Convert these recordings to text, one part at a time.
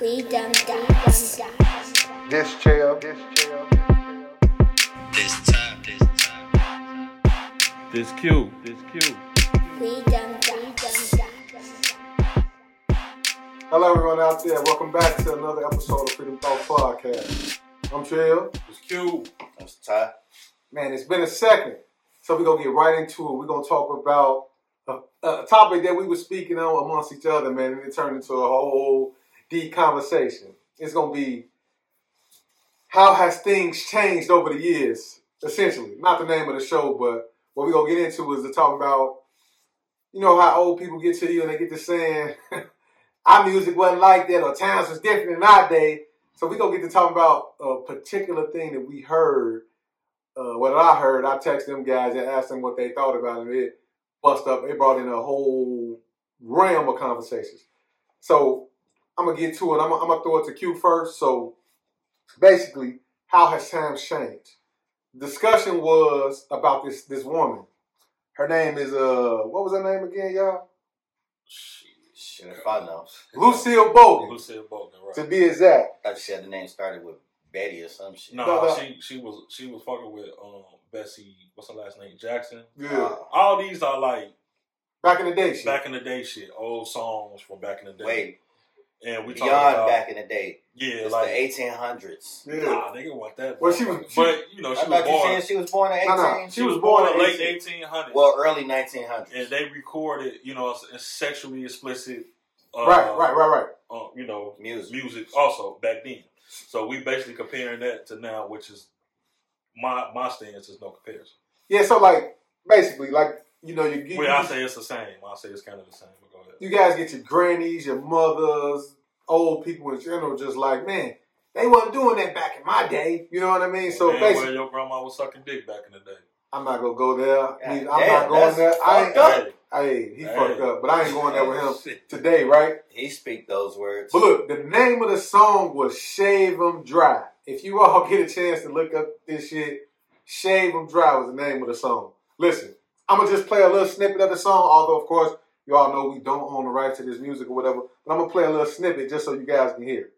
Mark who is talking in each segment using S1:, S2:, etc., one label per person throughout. S1: We done dies.
S2: This chair. This chair.
S3: This time, this time.
S4: This Q. This Q.
S1: We done dies.
S2: Hello, everyone out there. Welcome back to another episode of Freedom Thought Podcast. I'm Trill.
S4: This Q.
S3: That's Ty.
S2: Man, it's been a second. So we're going to get right into it. We're going to talk about a, a topic that we were speaking on amongst each other, man, and it turned into a whole deep conversation. It's going to be how has things changed over the years, essentially. Not the name of the show, but what we're going to get into is to talk about, you know, how old people get to you and they get to saying, our music wasn't like that or times was different in our day. So we're going to get to talk about a particular thing that we heard uh, what I heard, I texted them guys and asked them what they thought about it. It bust up. It brought in a whole realm of conversations. So I'm gonna get to it. I'm, gonna- I'm gonna throw it to Q first. So basically, how has times changed? Discussion was about this this woman. Her name is uh, what was her name again, y'all?
S3: Shit, if I know.
S2: Lucille Bogan,
S5: Lucille Bolton, right?
S2: to be exact.
S3: I thought she had the name started with Betty or some shit.
S5: no,
S2: No, no.
S5: she she was she was fucking with um Bessie. What's her last name? Jackson.
S2: Yeah.
S5: All these are like
S2: Back in the day, shit.
S5: back in the day shit, old songs from back in the day.
S3: Wait,
S5: and we talking
S3: beyond
S5: about
S3: back in the day.
S5: yeah,
S3: It's
S5: like
S3: the 1800s.
S2: Yeah.
S5: nah, nigga want that.
S2: Well, she was- she-
S5: but you know,
S3: I
S5: she was
S3: thought you
S5: born.
S3: saying she was born in 18.
S2: No, no.
S5: She was born in
S2: in
S5: late eighteen hundreds.
S3: Well, early 1900s.
S5: and they recorded, you know, s- sexually explicit. Uh,
S2: Right, right, right, right.
S5: Uh, you know,
S3: Music.
S5: music also back then. So we basically comparing that to now, which is my my stance is no comparison.
S2: Yeah. So like, basically, like you know, you, you
S5: Well, I say it's the same. I say it's kind of the same. But go ahead.
S2: you guys get your grannies, your mothers, old people in general, just like, man, they wasn't doing that back in my day. You know what I mean? So
S5: Man,
S2: basically,
S5: where your grandma was sucking dick back in the day.
S2: I'm not gonna go there. I mean, I'm
S3: damn,
S2: not going
S3: that's
S2: there. I ain't,
S3: fucked up.
S2: I, hey, he
S5: Hey.
S2: fucked up, but I ain't going there with him
S5: Shit.
S2: today, right?
S3: He speak those words.
S2: But look, the name of the song was Shave 'em Dry. If you all get a chance to look up this shit, Shave 'em Dry was the name of the song. Listen, I'm gonna just play a little snippet of the song, although, of course, you all know we don't own the rights to this music or whatever, but I'm gonna play a little snippet just so you guys can hear.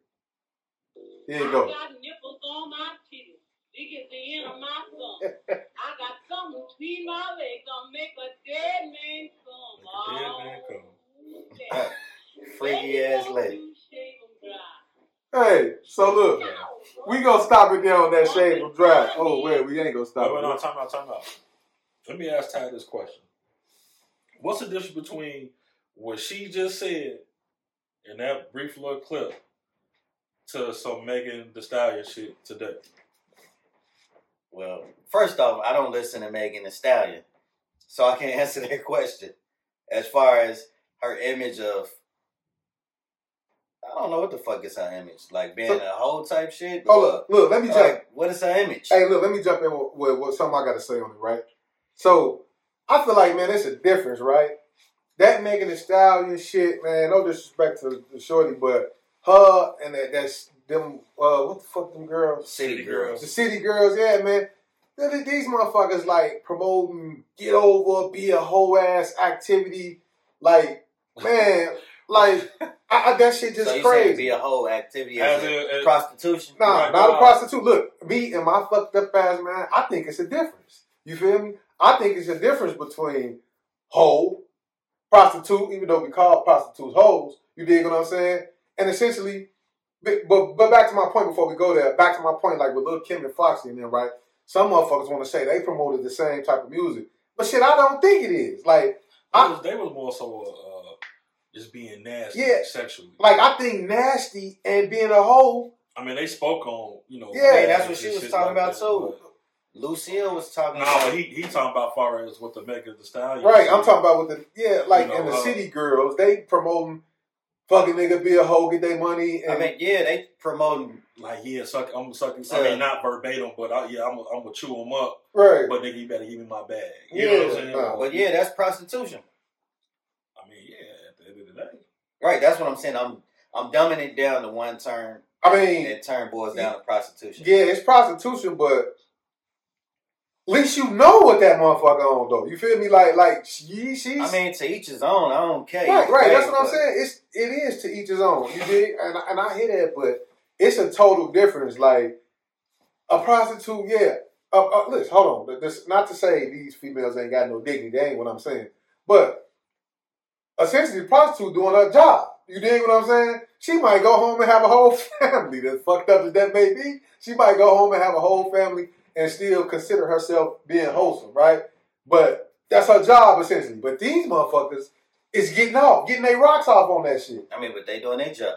S2: it. Here you
S6: I
S2: go.
S6: got nipples on my teeth. Big as the end of my thumb. I got something between my legs. Gonna make a dead man come.
S5: Make a dead man come.
S6: Oh, yeah.
S3: Freaky
S6: Baby,
S3: ass
S6: don't
S3: lady.
S6: you shave 'em dry.
S2: Hey, so look, we gonna stop it there on that Shave 'em Dry. Oh, wait, we ain't gonna
S5: Wait, wait,
S2: stop
S5: no,
S2: it.
S5: time out, time out. Let me ask Ty this question. What's the difference between what she just said in that brief little clip to some Megan Thee Stallion shit today?
S3: Well, first off, I don't listen to Megan Thee Stallion, so I can't answer that question. As far as her image of, I don't know what the fuck is her image like, being
S2: So-
S3: a hoe type shit.
S2: Oh,
S3: or-
S2: look, look, let me just.
S3: like, what is her image?
S2: Hey, look, let me jump in with, with, with something I got to say on it, right? So, I feel like, man, it's a difference, right? That Megan Thee Stallion shit, man, no disrespect to the shorty, but her and that, that's them, uh, what the fuck, them girls?
S3: City
S5: City
S3: girls.
S2: The city girls, yeah, man. Th- th- These motherfuckers, like, promoting get over, be a whole ass activity. Like, man, like, I, I, that shit just
S3: so you saying
S2: crazy.
S3: be a whole activity
S5: As
S3: as a
S5: in-
S3: prostitution?
S2: Nah,
S5: Right,
S2: not a
S5: nah.
S2: prostitute. Look, me and my fucked up ass man, I think it's a difference. You feel me? I think it's a difference between hoe, prostitute, even though we call prostitutes hoes. You dig what I'm saying? And essentially, but, but but back to my point before we go there. Back to my point, like with Lil Kim and Foxy and them, right? Some motherfuckers want to say they promoted the same type of music, but shit, I don't think it is. Like, I-
S5: They was- they was more so uh, just being nasty
S2: Yeah.
S5: sexually.
S2: like I think nasty and being a hoe.
S5: I mean, they spoke on, you know.
S2: Yeah, that's
S5: marriage
S3: what she
S5: and
S3: was
S5: shit
S3: talking about,
S5: that,
S3: too.
S5: but-
S3: Lucille was talking
S5: No,
S3: about
S5: but he he talking about far as what the Megan Thee Stallion.
S2: Right,
S5: said.
S2: I'm talking about with the yeah, like
S5: You know,
S2: and the
S5: uh,
S2: city girls, they promoting fucking nigga be a hoe, get their money, and
S3: I mean, yeah, they promoting.
S5: Like yeah, suck. I'm sucking. I
S3: Yeah.
S5: mean, not verbatim, but I, yeah, I'm I'm gonna chew him up.
S2: right,
S5: But nigga, you better give me my bag. You
S2: yeah,
S5: know what I'm saying?
S2: nah,
S3: But yeah, that's prostitution.
S5: I mean, yeah. At the end of the day,
S3: Right, that's what I'm saying. I'm I'm dumbing it down to one term
S2: I
S3: and
S2: mean,
S3: that term boils down to prostitution.
S2: yeah, it's prostitution, but least you know what that motherfucker on though. You feel me? Like like she she's
S3: I mean, to each his own. I don't care.
S2: right,
S3: Either
S2: right.
S3: way,
S2: That's what I'm
S3: but
S2: saying. It's it is to each his own. You dig? And and I hear that, but it's a total difference. Like a prostitute, yeah. Uh, uh, listen, hold on. This, not to say these females ain't got no dignity. That ain't what I'm saying. But essentially, the prostitute doing her job. You dig what I'm saying? She might go home and have a whole family. As fucked up as that may be, she might go home and have a whole family and still consider herself being wholesome, right? But that's her job essentially. But these motherfuckers, is getting off, getting their rocks off on that shit.
S3: I mean, but they doing their job.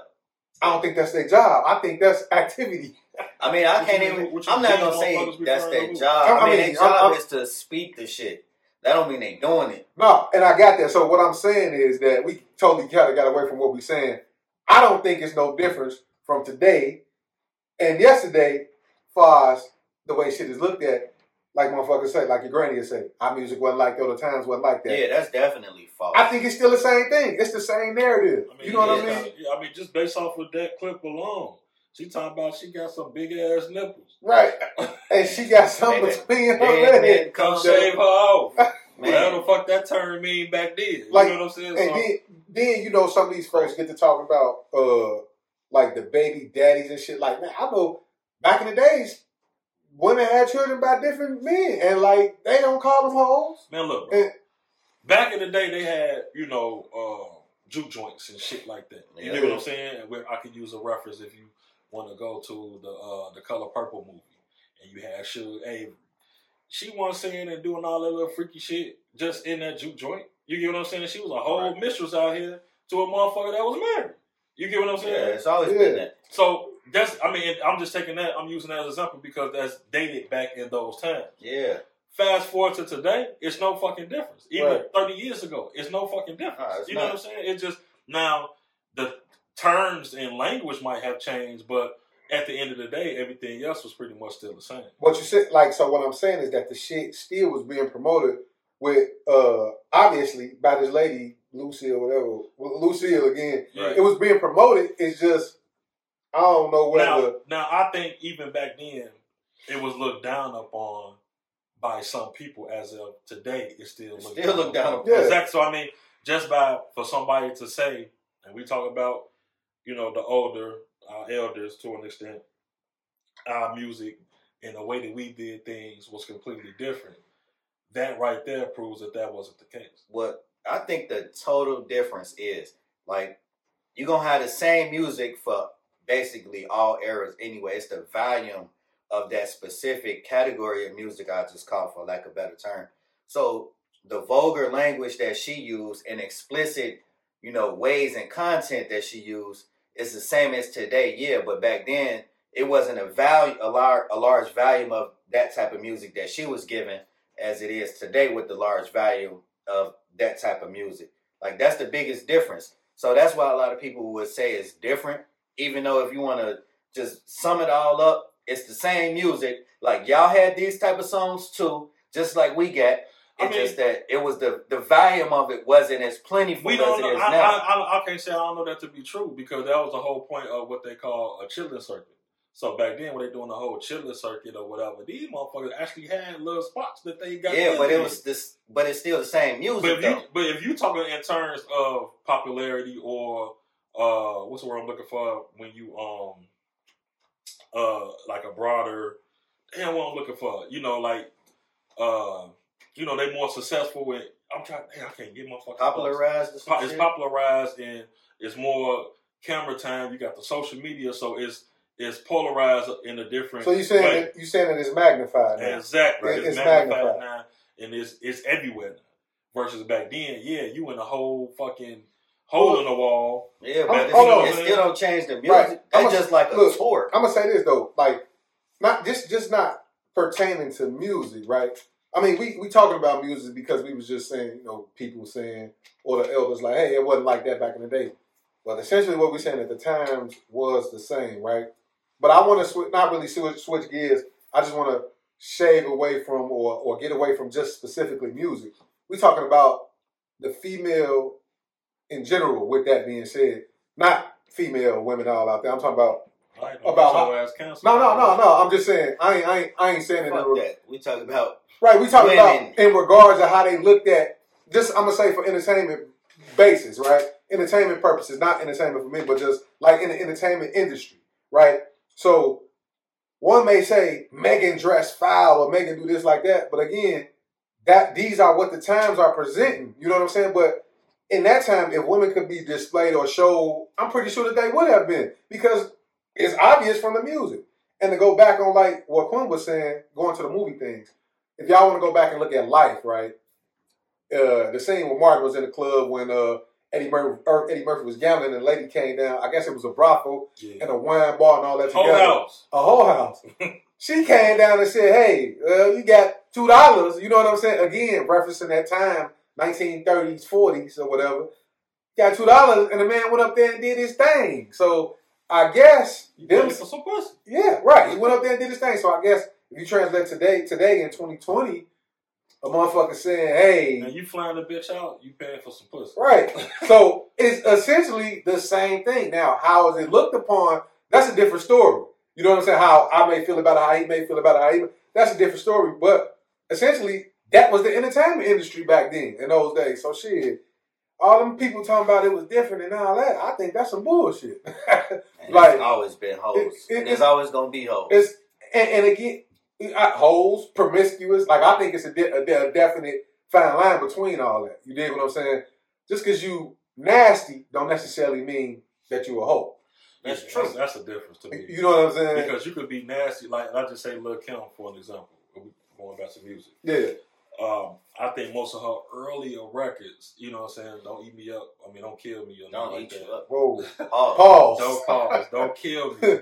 S2: I don't think that's their job. I think that's activity.
S3: I mean, I
S5: What
S3: can't
S5: you
S3: even.
S5: mean- what you
S3: I'm not
S5: mean
S3: gonna
S5: motherfuckers
S3: say
S5: be
S3: that's
S5: trying
S3: their
S5: to do?
S3: job.
S2: I
S3: I mean,
S2: mean,
S3: their job
S2: I'm-
S3: is to speak the shit. That don't mean they doing it.
S2: No, and I got that. So what I'm saying is that we totally kind of got away from what we're saying. I don't think it's no difference from today and yesterday, far as the way shit is looked at. Like motherfuckers say, like your granny would say, our music wasn't like that, or the times wasn't like
S3: Yeah,
S2: that.
S3: that's definitely false.
S2: I think it's still the same thing. It's the same narrative.
S5: I mean,
S2: you know what
S5: yeah,
S2: I mean?
S5: yeah, I mean, just based off of that clip alone, she talking about she got some big ass nipples.
S2: Right. And she got something
S3: Man,
S2: between her
S3: man,
S2: legs.
S3: man,
S5: Come
S3: come
S5: shave her off. Whatever
S3: man.
S5: the fuck that term mean back then. You
S2: Like,
S5: know what I'm saying?
S2: And
S5: So,
S2: then, then you know, some of these folks get to talking about uh, like the baby daddies and shit. Like, man, I know back in the days, women had children by different men, and like they don't call them hoes.
S5: man, look, bro.
S2: Eh.
S5: back in the day, they had you know uh, juke joints and shit like that. You
S3: Yeah.
S5: know what I'm saying? And where I could use a reference if you want to go to the uh, the Color Purple movie, and you had Suge Avery. She wasn't singing and doing all that little freaky shit just in that juke joint. You get what I'm saying? She was a whole mistress out here to a motherfucker that was married. You get what I'm
S3: Yeah,
S5: saying?
S3: it's always
S2: Yeah.
S3: been that.
S5: So that's I mean I'm just taking that I'm using that as an example because that's dated back in those times.
S3: Yeah.
S5: Fast forward to today, it's no fucking difference. Even
S2: Right.
S5: 30 years ago, it's no fucking difference.
S3: Nah, it's
S5: you know
S3: not.
S5: what I'm saying? It's just now the terms and language might have changed, but at the end of the day, everything else was pretty much still the same.
S2: What you said, like, so what I'm saying is that the shit still was being promoted with uh, obviously by this lady Lucille, whatever Lucille again.
S5: Right.
S2: It was being promoted. It's just I don't know whether.
S5: Now, now I think even back then it was looked down upon by some people as of today it's still
S3: It's
S5: looked
S3: still looked down
S2: upon. Yeah.
S5: Exactly. So I mean, just by for somebody to say, and we talk about, you know, the older our elders to an extent, our music and the way that we did things was completely different. That right there proves that that wasn't the case.
S3: What I think the total difference is like you're gonna have the same music for basically all eras anyway. It's the volume of that specific category of music I just called for lack of a better term. So the vulgar language that she used and explicit, you know, ways and content that she used is the same as today, yeah, but back then it wasn't a value a large a large volume of that type of music that she was given as it is today with the large value of that type of music. Like that's the biggest difference. So that's why a lot of people would say it's different, even though if you want to just sum it all up, it's the same music. Like y'all had these type of songs too, just like we got.
S5: I
S3: It's
S5: mean-
S3: just that it was the the volume of it wasn't as plentiful
S5: We
S3: as
S5: don't
S3: it
S5: know.
S3: is
S5: I,
S3: now.
S5: I, I, I can't say I don't know that to be true because that was the whole point of what they call a chilling circuit. So back then, when they doing the whole chilling circuit or whatever, these motherfuckers actually had little spots that they got.
S3: yeah, but it
S5: busy
S3: was this, but it's still the same music
S5: But if
S3: though.
S5: you but if you talking in terms of popularity or uh what's the word I'm looking for when you um uh like a broader damn what I'm looking for, you know, like uh you know, they more successful with I'm trying damn, I can't get my fucking thoughts.
S3: popularized or
S5: It's pop-
S3: some
S5: it's
S3: shit.
S5: popularized and it's more camera time, you got the social media, so it's it's polarized in a different
S2: so you saying
S5: way.
S2: that, you saying that it's magnified? now?
S5: Exactly.
S2: Right.
S5: It's,
S2: It's
S5: magnified,
S2: magnified.
S5: now and it's it's everywhere now. Versus back then, yeah, you in a whole fucking hole in the wall.
S3: yeah,
S2: I'm-
S3: but it's,
S2: hold on.
S3: it still don't change the music.
S2: Right.
S3: That's
S2: I'ma-
S3: just like a
S2: look,
S3: tour.
S2: I'm gonna say this though, like not just just not pertaining to music, right? I mean, we we talking about music because we was just saying, you know, people saying or the elders like, hey, it wasn't like that back in the day. But essentially, what we're saying at the times was the same, right? But I want to sw- not really switch, switch gears. I just want to shave away from or or get away from just specifically music. We're talking about the female in general. With that being said, not female women all out there. I'm talking about
S5: I ain't gonna
S2: About
S5: get
S2: how-
S5: your ass canceled.
S2: No, no, no, no. I'm just saying. I ain't, I ain't, I ain't saying it.
S3: Fuck
S2: in re-
S3: that. We talking about
S2: Right. We talking
S3: Women.
S2: about in regards to how they looked at. Just I'm gonna say for entertainment basis, right? Entertainment purposes, not entertainment for me, but just like in the entertainment industry, right? So one may say Megan dressed foul or Megan do this like that, but again, that these are what the times are presenting. You know what I'm saying? But in that time, if women could be displayed or showed, I'm pretty sure that they would have been because it's obvious from the music. And to go back on like what Quinn was saying, going to the movie thing, if y'all want to go back and look at life, right? Uh, the scene where Martin was in the club when uh, Eddie Murphy er, Eddie Murphy was gambling and the lady came down. I guess it was a brothel
S5: Yeah.
S2: and a wine bar and all that
S5: Whole
S2: together
S5: house.
S2: a whole house. she came down and said, "Hey, uh, you got two dollars." You know what I'm saying? Again, referencing that time, 1930s, 40s, or whatever. Got two dollars, and the man went up there and did his thing. So I guess
S5: You
S2: them,
S5: paid for some pussy.
S2: yeah, right. He went up there and did his thing. So I guess if you translate today, today in 2020, a motherfucker saying, "Hey,
S5: And you flying the bitch out, you paying for some pussy.
S2: Right. So it's essentially the same thing. Now, how is it looked upon? That's a different story. You know what I'm saying? How I may feel about it, how he may feel about it, how he, that's a different story. But essentially, that was the entertainment industry back then in those days. So shit, all them people talking about it was different and all that. I think that's some bullshit.
S3: and
S2: Like-
S3: it's always been hoes.
S2: It- it-
S3: and it's
S2: it-
S3: always gonna be hoes.
S2: It's and, and again, I, holes, promiscuous. Like I think it's a, de- a, de- a definite fine line between all that. You dig what I'm saying? Just because you nasty don't necessarily mean that you a hoe.
S5: That's
S2: Yeah,
S5: true.
S2: that's-
S5: That's, a difference to me.
S2: You know what I'm saying?
S5: because you could be nasty. Like I just say, Lil Kim for an example. Going back to music,
S2: yeah,
S5: um, I think most of her earlier records, you know what I'm saying, don't eat me up. I mean, don't kill me. Or nothing
S3: Don't
S5: like
S3: eat
S5: that.
S3: you up.
S2: whoa,
S3: Oh,
S2: pause.
S5: Don't cause, don't kill me.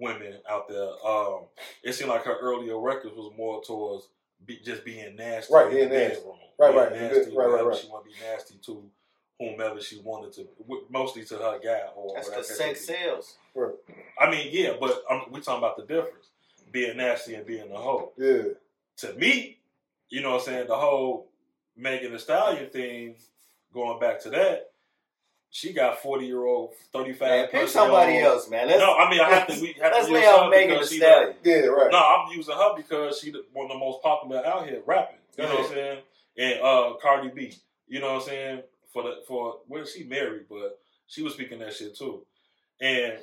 S5: Women out there, um, it seemed like her earlier records was more towards be, just being nasty,
S2: Right,
S5: in
S2: being
S5: the
S2: nasty.
S5: bedroom,
S2: Right,
S5: being
S2: right,
S5: nasty,
S2: right, right,
S5: whatever
S2: right.
S5: She want to be nasty to whomever she wanted to, w- mostly to her guy or
S3: that's
S5: whatever
S3: because
S5: that
S3: sex
S5: may be.
S3: sells.
S5: I mean, yeah, but um, we talking about the difference being nasty and being a hoe.
S2: Yeah,
S5: To me, you know what I'm saying, the whole Megan Thee Stallion thing, going back to that, she got 40 year old, 35
S3: Man, pick
S5: plus
S3: somebody
S5: year old-
S3: else, man. Let's
S5: no, I mean I have to. We have
S3: let's
S5: to use
S3: lay
S5: her
S3: out Megan Thee
S5: because she. The,
S3: Stallion.
S2: yeah, right.
S5: no, I'm using her because she the, one of the most popular out here rapping. You know what I'm saying? And uh, Cardi B. You know what I'm saying? For the for well, she married, but she was speaking that shit too. And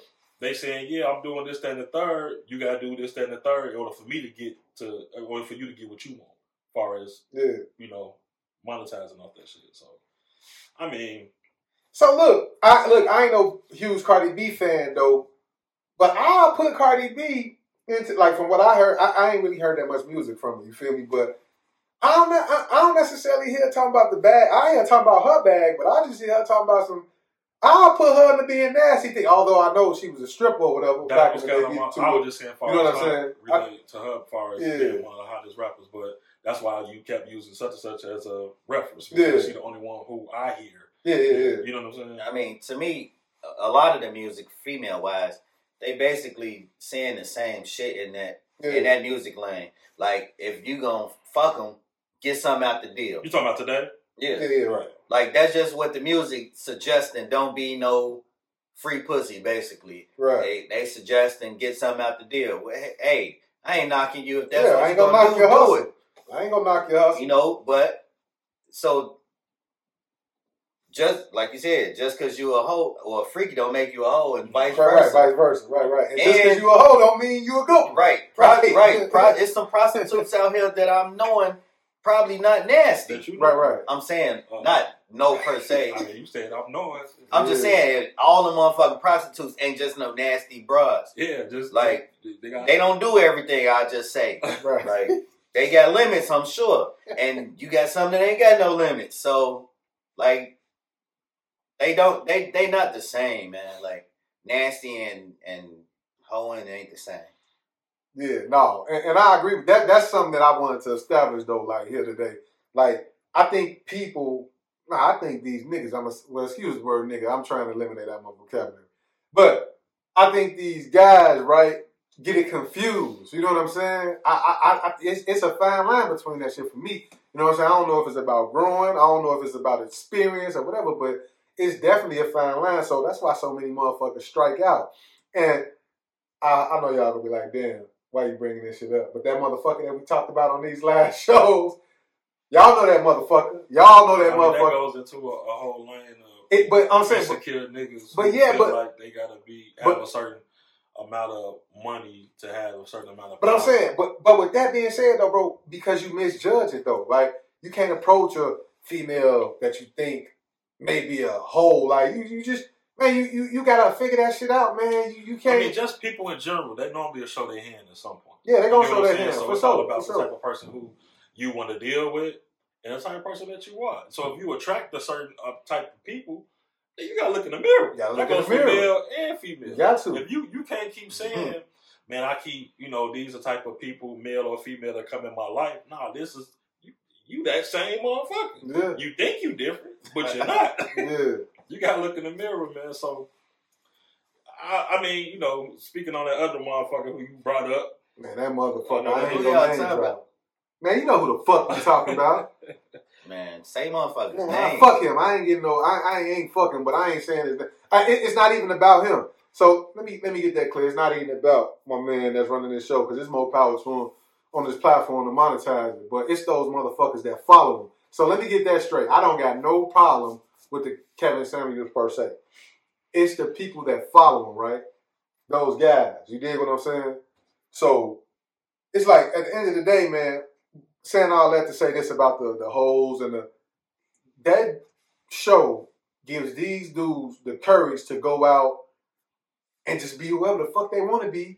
S5: they saying, yeah, I'm doing this, that, and the third. You gotta do this, that, and the third in order for me to get to, in order for you to get what you want, as far as
S2: Yeah.
S5: you know, monetizing off that shit. So, I mean,
S2: So look, I look, I ain't no huge Cardi B fan though, but I'll put Cardi B into like from what I heard, I, I ain't really heard that much music from her, you feel me? But I don't ne- I, I don't necessarily hear her talking about the bag. I ain't talking about her bag, but I just hear her talking about some I'll put her in the being nasty thing, although I know she was a stripper or whatever.
S5: That
S2: back
S5: was
S2: in
S5: kind
S2: the
S5: of
S2: day,
S5: my,
S2: too.
S5: I was just saying, far
S2: You know
S5: as
S2: what I'm
S5: her-
S2: saying? I-
S5: related to her, far as
S2: Yeah.
S5: being one of the hottest rappers, but that's why you kept using such and such as a reference.
S2: Yeah.
S5: Because she's the only one who I hear.
S2: yeah, yeah, yeah.
S5: You know what I'm saying?
S3: I mean, to me, a- a lot of the music, female wise, they basically saying the same shit in that
S2: yeah.
S3: in that music lane. Like, if you gonna fuck them, get something out the deal.
S5: You talking about today?
S3: Yeah.
S2: Yeah, yeah, right.
S3: Like that's just what the music suggesting. Don't be no free pussy, basically.
S2: Right.
S3: They they suggesting get something out the deal. Well, he- Hey, I ain't knocking you if that's
S2: Yeah,
S3: what
S2: I
S3: you
S2: ain't
S3: gonna,
S2: gonna knock
S3: do.
S2: your
S3: do
S2: hustle.
S3: it.
S2: I ain't gonna knock your hustle.
S3: You know, but so just like you said, just because you a hoe or a freaky don't make you a hoe, and vice
S2: right,
S3: versa.
S2: right, vice versa. Right, right. And, just because
S3: And-
S2: you a hoe don't mean you a goat.
S3: Right, right,
S2: Right.
S3: right. Pro- it's some prostitutes out here that I'm knowing probably not
S5: That
S3: nasty.
S5: you know?
S2: Right, right.
S3: I'm saying
S5: Oh.
S3: not no per se.
S5: I mean, you said I'm knowing.
S3: I'm just
S2: Yeah.
S3: saying all the motherfucking prostitutes ain't just no nasty bras.
S5: yeah, just
S3: Like,
S5: they, they got.
S3: They don't do everything I just say.
S2: Right.
S3: Like they got limits, I'm sure. And you got some that ain't got no limits. So like they don't they they not the same, man. Like nasty and and hoeing ain't the same.
S2: Yeah, no, and, and I agree. with That that's something that I wanted to establish though, like here today. Like I think people, nah, I think these niggas. I'm a, well, excuse the word nigga. I'm trying to eliminate that in my vocabulary, but I think these guys, right, get it confused. You know what I'm saying? I, I, I, I it's, it's a fine line between that shit for me. You know what I'm saying? I don't know if it's about growing. I don't know if it's about experience or whatever, but it's definitely a fine line. So that's why so many motherfuckers strike out. And I, I know y'all gonna be like, damn, why you bringing this shit up? But that motherfucker that we talked about on these last shows, y'all know that motherfucker. Y'all know that
S5: I mean, that
S2: motherfucker.
S5: goes into a, a whole lane of
S2: It- but I'm saying, but-
S5: insecure niggas.
S2: but
S5: who
S2: yeah,
S5: feel
S2: but-
S5: like they gotta be have
S2: but-
S5: a certain amount of money to have a certain amount of.
S2: But I'm
S5: power.
S2: saying, but but with that being said though, bro, because you misjudge it though, like you can't approach a female that you think may be a hoe. Like you, you just man, you, you you gotta figure that shit out, man. You you
S5: I
S2: can't.
S5: mean, just people in general, they normally will show their hand at some point.
S2: yeah, they
S5: You
S2: gonna
S5: know
S2: show
S5: what I'm
S2: their
S5: saying?
S2: hand
S5: So
S2: for
S5: it's all
S2: sure,
S5: about
S2: for
S5: the type
S2: sure.
S5: of person who you want to deal with and the type of person that you are. So if you attract a certain uh, type of people, then you gotta look in the mirror.
S2: You gotta look
S5: That
S2: in
S5: goes
S2: the mirror.
S5: for male and female.
S2: You got to. Mm-hmm.
S5: If you you can't keep saying, man, I keep you know these are type of people, male or female, that come in my life. Nah, this is you, you that same motherfucker.
S2: Yeah,
S5: You think you different, but you're not.
S2: yeah.
S5: you gotta look in the mirror, man. So. I, I mean, you know, speaking on that other motherfucker who you brought up,
S2: Man, that motherfucker. I ain't
S3: Who
S2: gonna
S3: y'all
S2: name
S3: talking
S2: drop. Man, you know who the fuck we talking about.
S3: Man, say motherfuckers.
S2: Man, I
S3: name.
S2: fuck him. I ain't getting no. I, I ain't fucking, but I ain't saying it. I, it- It's not even about him. So let me let me get that clear. It's not even about my man that's running this show because it's more power to him on this platform to monetize it. But it's those motherfuckers that follow him. So let me get that straight. I don't got no problem with the Kevin Samuels per se. It's the people that follow him, right? Those guys. You dig what I'm saying? So it's like at the end of the day, man. Saying all that to say this about the the holes and the that show gives these dudes the courage to go out and just be whoever the fuck they want to be.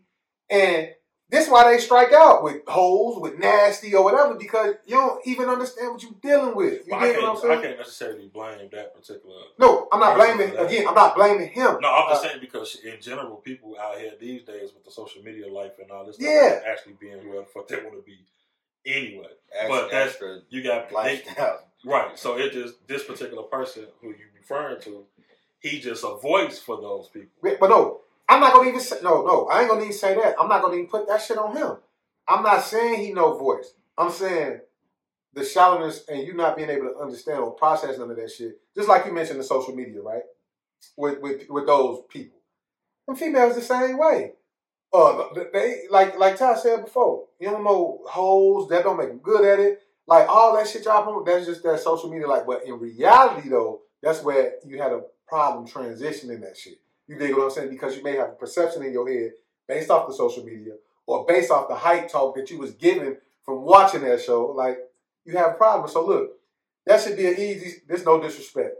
S2: And this why they strike out with holes, with nasty or whatever, because you don't even understand what you're dealing with. You
S5: Well, I,
S2: dig
S5: can't,
S2: what I'm
S5: I
S2: saying?
S5: can't necessarily blame that particular.
S2: No, I'm not blaming again, I'm not blaming him.
S5: No, I'm just
S2: Uh,
S5: saying because in general, people out here these days with the social media life and all this, stuff,
S2: Yeah.
S5: they're actually being who the fuck they want to be. Anyway,
S3: Extra,
S5: But that's-
S3: extra
S5: you got they,
S3: lifestyle.
S5: right. So it just this particular person who you referring to, he just a voice for those people.
S2: But but no, I'm not gonna even say no, no. I ain't gonna even say that. I'm not gonna even put that shit on him. I'm not saying he no voice. I'm saying the shallowness and you not being able to understand or process none of that shit. Just like you mentioned the social media, right? With with with those people, and females the same way. Uh, they like like Ty said before. You don't know hoes that don't make them good at it. Like all that shit y'all promote. That's just that social media. Like, but in reality though, that's where you had a problem transitioning that shit. You dig what I'm saying? Because you may have a perception in your head based off the social media or based off the hype talk that you was given from watching that show. Like you have problems. So look, that should be an easy. There's no disrespect,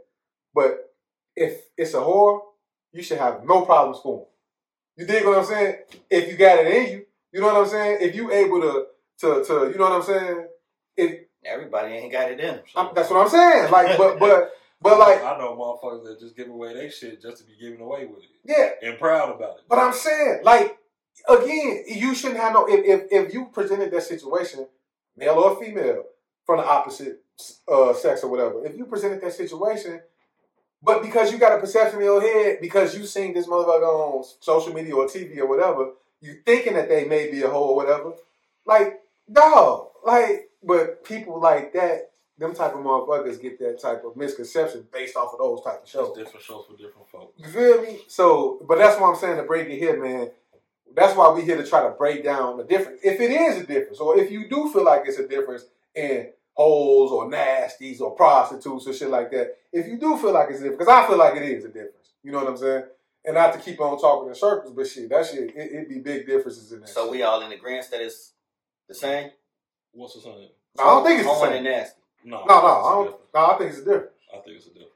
S2: but if it's a whore, you should have no problems for him. You dig what I'm saying? If you got it in you, you know what I'm saying. If you able to to to, you know what I'm saying. If
S3: Everybody ain't got it in 'em, so.
S2: I'm, that's what I'm saying. Like, but but but like,
S5: I know motherfuckers that just give away their shit just to be giving away with it
S2: yeah.
S5: and proud about it.
S2: But I'm saying, like, again, you shouldn't have no. If if, if you presented that situation, male or female, from the opposite uh, sex or whatever, if you presented that situation, but because you got a perception in your head, because you seen this motherfucker on social media or TV or whatever, you thinking that they may be a hoe or whatever, like, dog, like, but people like that. Them type of motherfuckers get that type of misconception based off of those type of shows.
S5: It's different shows for different folks.
S2: You feel me? So, but that's why I'm saying to break it here, man. That's why we here to try to break down the difference. If it is a difference, or if you do feel like it's a difference in holes or nasties or prostitutes or shit like that, if you do feel like it's a difference, because I feel like it is a difference. You know what I'm saying? And not to keep on talking in circles, but shit, that shit, it, it be big differences in that.
S3: So we all in agreement that it's the same.
S5: What's his name?
S2: No, I don't think it's the
S3: Home
S2: same.
S3: and nasty.
S5: No,
S2: no, no,
S5: I
S2: I
S5: think
S2: don't, no, I think it's a difference.
S5: it's different. I think it's a different.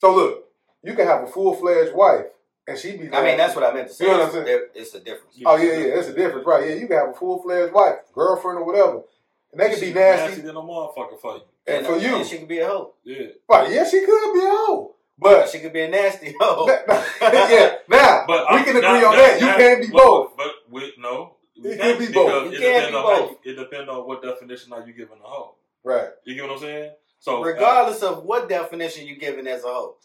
S2: So look, you can have a full fledged wife, and she be.
S3: I mean, that's what I meant to say.
S2: You know
S3: It's
S2: what I'm
S3: a
S2: saying?
S3: di- It's a difference.
S2: Oh yeah, yeah, that's a difference, right? Yeah, you can have a full fledged wife, girlfriend, or whatever, and they can be
S5: She's
S2: nasty.
S5: than a motherfucker for
S2: And for you,
S3: and uh, she could be a hoe.
S5: you. Yeah.
S2: right? Yeah, she could be a hoe, but
S3: She could be a nasty hoe.
S2: yeah, now
S5: But uh,
S2: we
S5: I-
S2: can agree
S5: not-
S2: on
S5: not-
S2: that. You
S5: not-
S2: can't be
S5: but-
S2: both.
S5: But we no, we
S2: It
S5: can't
S2: can be
S5: because
S2: both.
S5: It
S3: You can't
S5: depends
S3: be
S5: on how
S3: both.
S5: you, it depends on what definition are you giving a hoe.
S2: Right?
S5: You get what I'm saying? So uh,
S3: Regardless of what definition you given as a hoe,